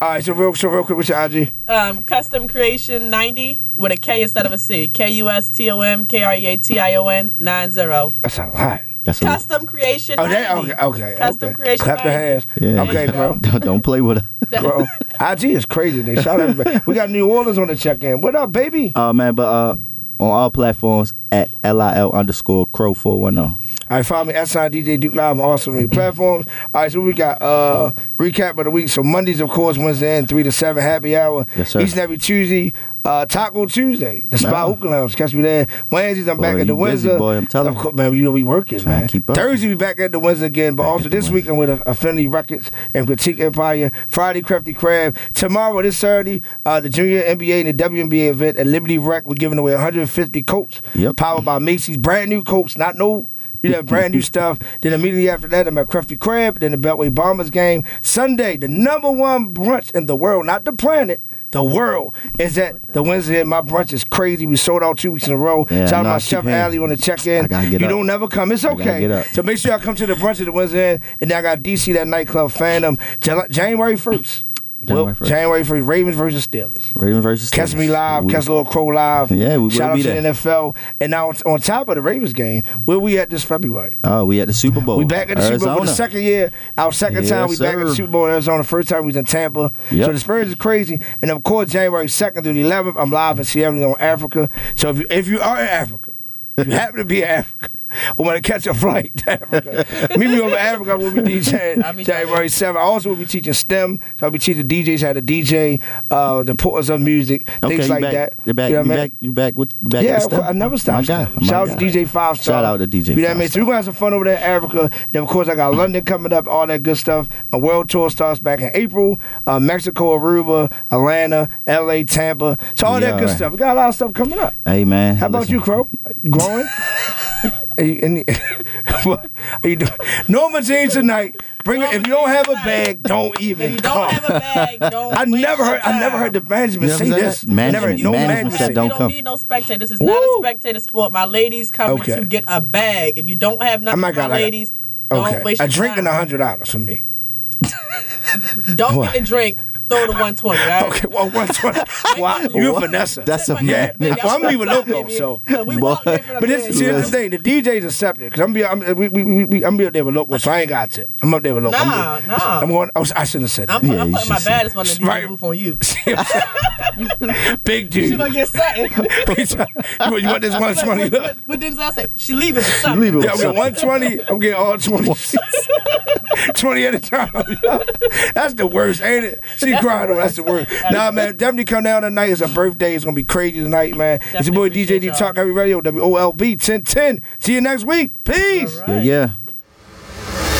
All right, so real, so real quick, what's your IG? Um, custom creation ninety with a K instead of a C. K U S T O M K R E A T I O N nine zero. That's a lot. That's a Custom creation. Oh, that, 90. okay, okay. Custom okay. creation. Clap the 90. hands. Yeah. Okay, bro. Don't, don't play with her. bro. IG is crazy. They shout out. everybody. We got New Orleans on the check in. What up, baby? uh, Oh man, but uh, on all platforms at lil underscore crow four one zero. All right, follow me at sign DJ Duke Live on all social media platforms. All right, so we got uh recap of the week. So Mondays, of course, Wednesday and three to seven, happy hour. Yes, sir. Each and every Tuesday, uh, Taco Tuesday, the spot Nah. hookah lounge. Catch me there. Wednesdays, I'm back Boy, at the you busy, Windsor. boy, I'm telling Of course, man, you know we working, man. keep up. Thursday, we back at the Windsor again, but also this week I'm with Affinity Records and Critique Empire. Friday, Crafty Crab. Tomorrow, this Saturday, uh, the Junior NBA and the WNBA event at Liberty Rec. We're giving away 150 coats, Yep. powered by Macy's. Brand new coats, not no. You have brand new stuff. Then immediately after that, I'm at Crafty Crab. Then the Beltway Bombers game Sunday. The number one brunch in the world, not the planet. The world is at the Wednesday. My brunch is crazy. We sold out two weeks in a row. Yeah, Shout out no, I my keep chef hearing. Allie on the check in. I gotta get You up. don't never come. It's I gotta get okay. up. So make sure y'all come to the brunch at the Wednesday, Inn. and then I got DC that nightclub Phantom Jul- January first. January Well, 1st. January first, Ravens versus Steelers. Raven versus Catch me Steelers. live, We- catch Little Crow live. Yeah, we will Shout out be to there. the NFL. And now on- on top of the Ravens game, where we at this February? Oh, we at the Super Bowl. We back at the Super Bowl for the Arizona. second year. Our second Yes, time we back at the sir. Super Bowl in Arizona. First time we was in Tampa. Yep. So the experience is crazy. And of course, January second through the eleventh, I'm live in Sierra Leone, Africa. So if you if you are in Africa, if you happen to be in Africa, or want to catch a flight to Africa, meet me over in Africa. We'll be DJing January seventh. I also will be teaching STEM. So I'll be teaching DJs how to DJ, uh, the importance of music, Okay, things you like back- that. you back- know what you I mean? back- you back with- back yeah, with STEM? I never My stopped. guy, my Shout guy. out to DJ Five Star. Shout out to DJ You know what I Five mean? So we're gonna have some fun over there in Africa. Then of course I got London coming up, all that good stuff. My world tour starts back in April. Uh, Mexico, Aruba, Atlanta, LA, Tampa. So all Yeah, that good right. stuff. We got a lot of stuff coming up. Hey man, How about listen. you, Crow? Growing? Are you, any, what are you doing? Norma Jean tonight. Bring it. If you don't have a bag, don't even. If you don't have a bag, don't. I never heard. I never heard the management You know say what I'm this. saying? Never heard Management- no management management said say- don't You don't need no spectator. This is not a spectator sport. My ladies coming Okay. to get a bag. If you don't have nothing, my my God, I got- ladies, don't Okay, waste a your drink time. and a hundred dollars for me. Don't What? get the drink. Throw the 120. all Right? Okay, well, 120. Wow, you and Vanessa. That's a yeah. man. Well, I'm leaving loco, so. But this see, this is the thing. The DJ's accepted because I'm be I'm we, we, we, we, I'm be up there with local, so I ain't got to. I'm up there with local. Nah, I'm, nah. I'm going. Oh, I shouldn't have said that. I'm, I'm putting my baddest one in the right. booth on you. Big dude. She gonna get something. you, you want this 120? What, what, what did I say? She leaving with something. yeah, I'm getting 120. I'm getting all 20. 20 at a time. that's the worst, ain't it? She crying on that's the worst. Nah, man, definitely come down tonight. It's a birthday. It's going to be crazy tonight, man. it's your boy DJ D Talk Every Radio, WOLB 1010. See you next week. Peace. yeah.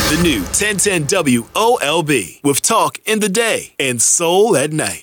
The new 1010 WOLB with talk in the day and soul at night.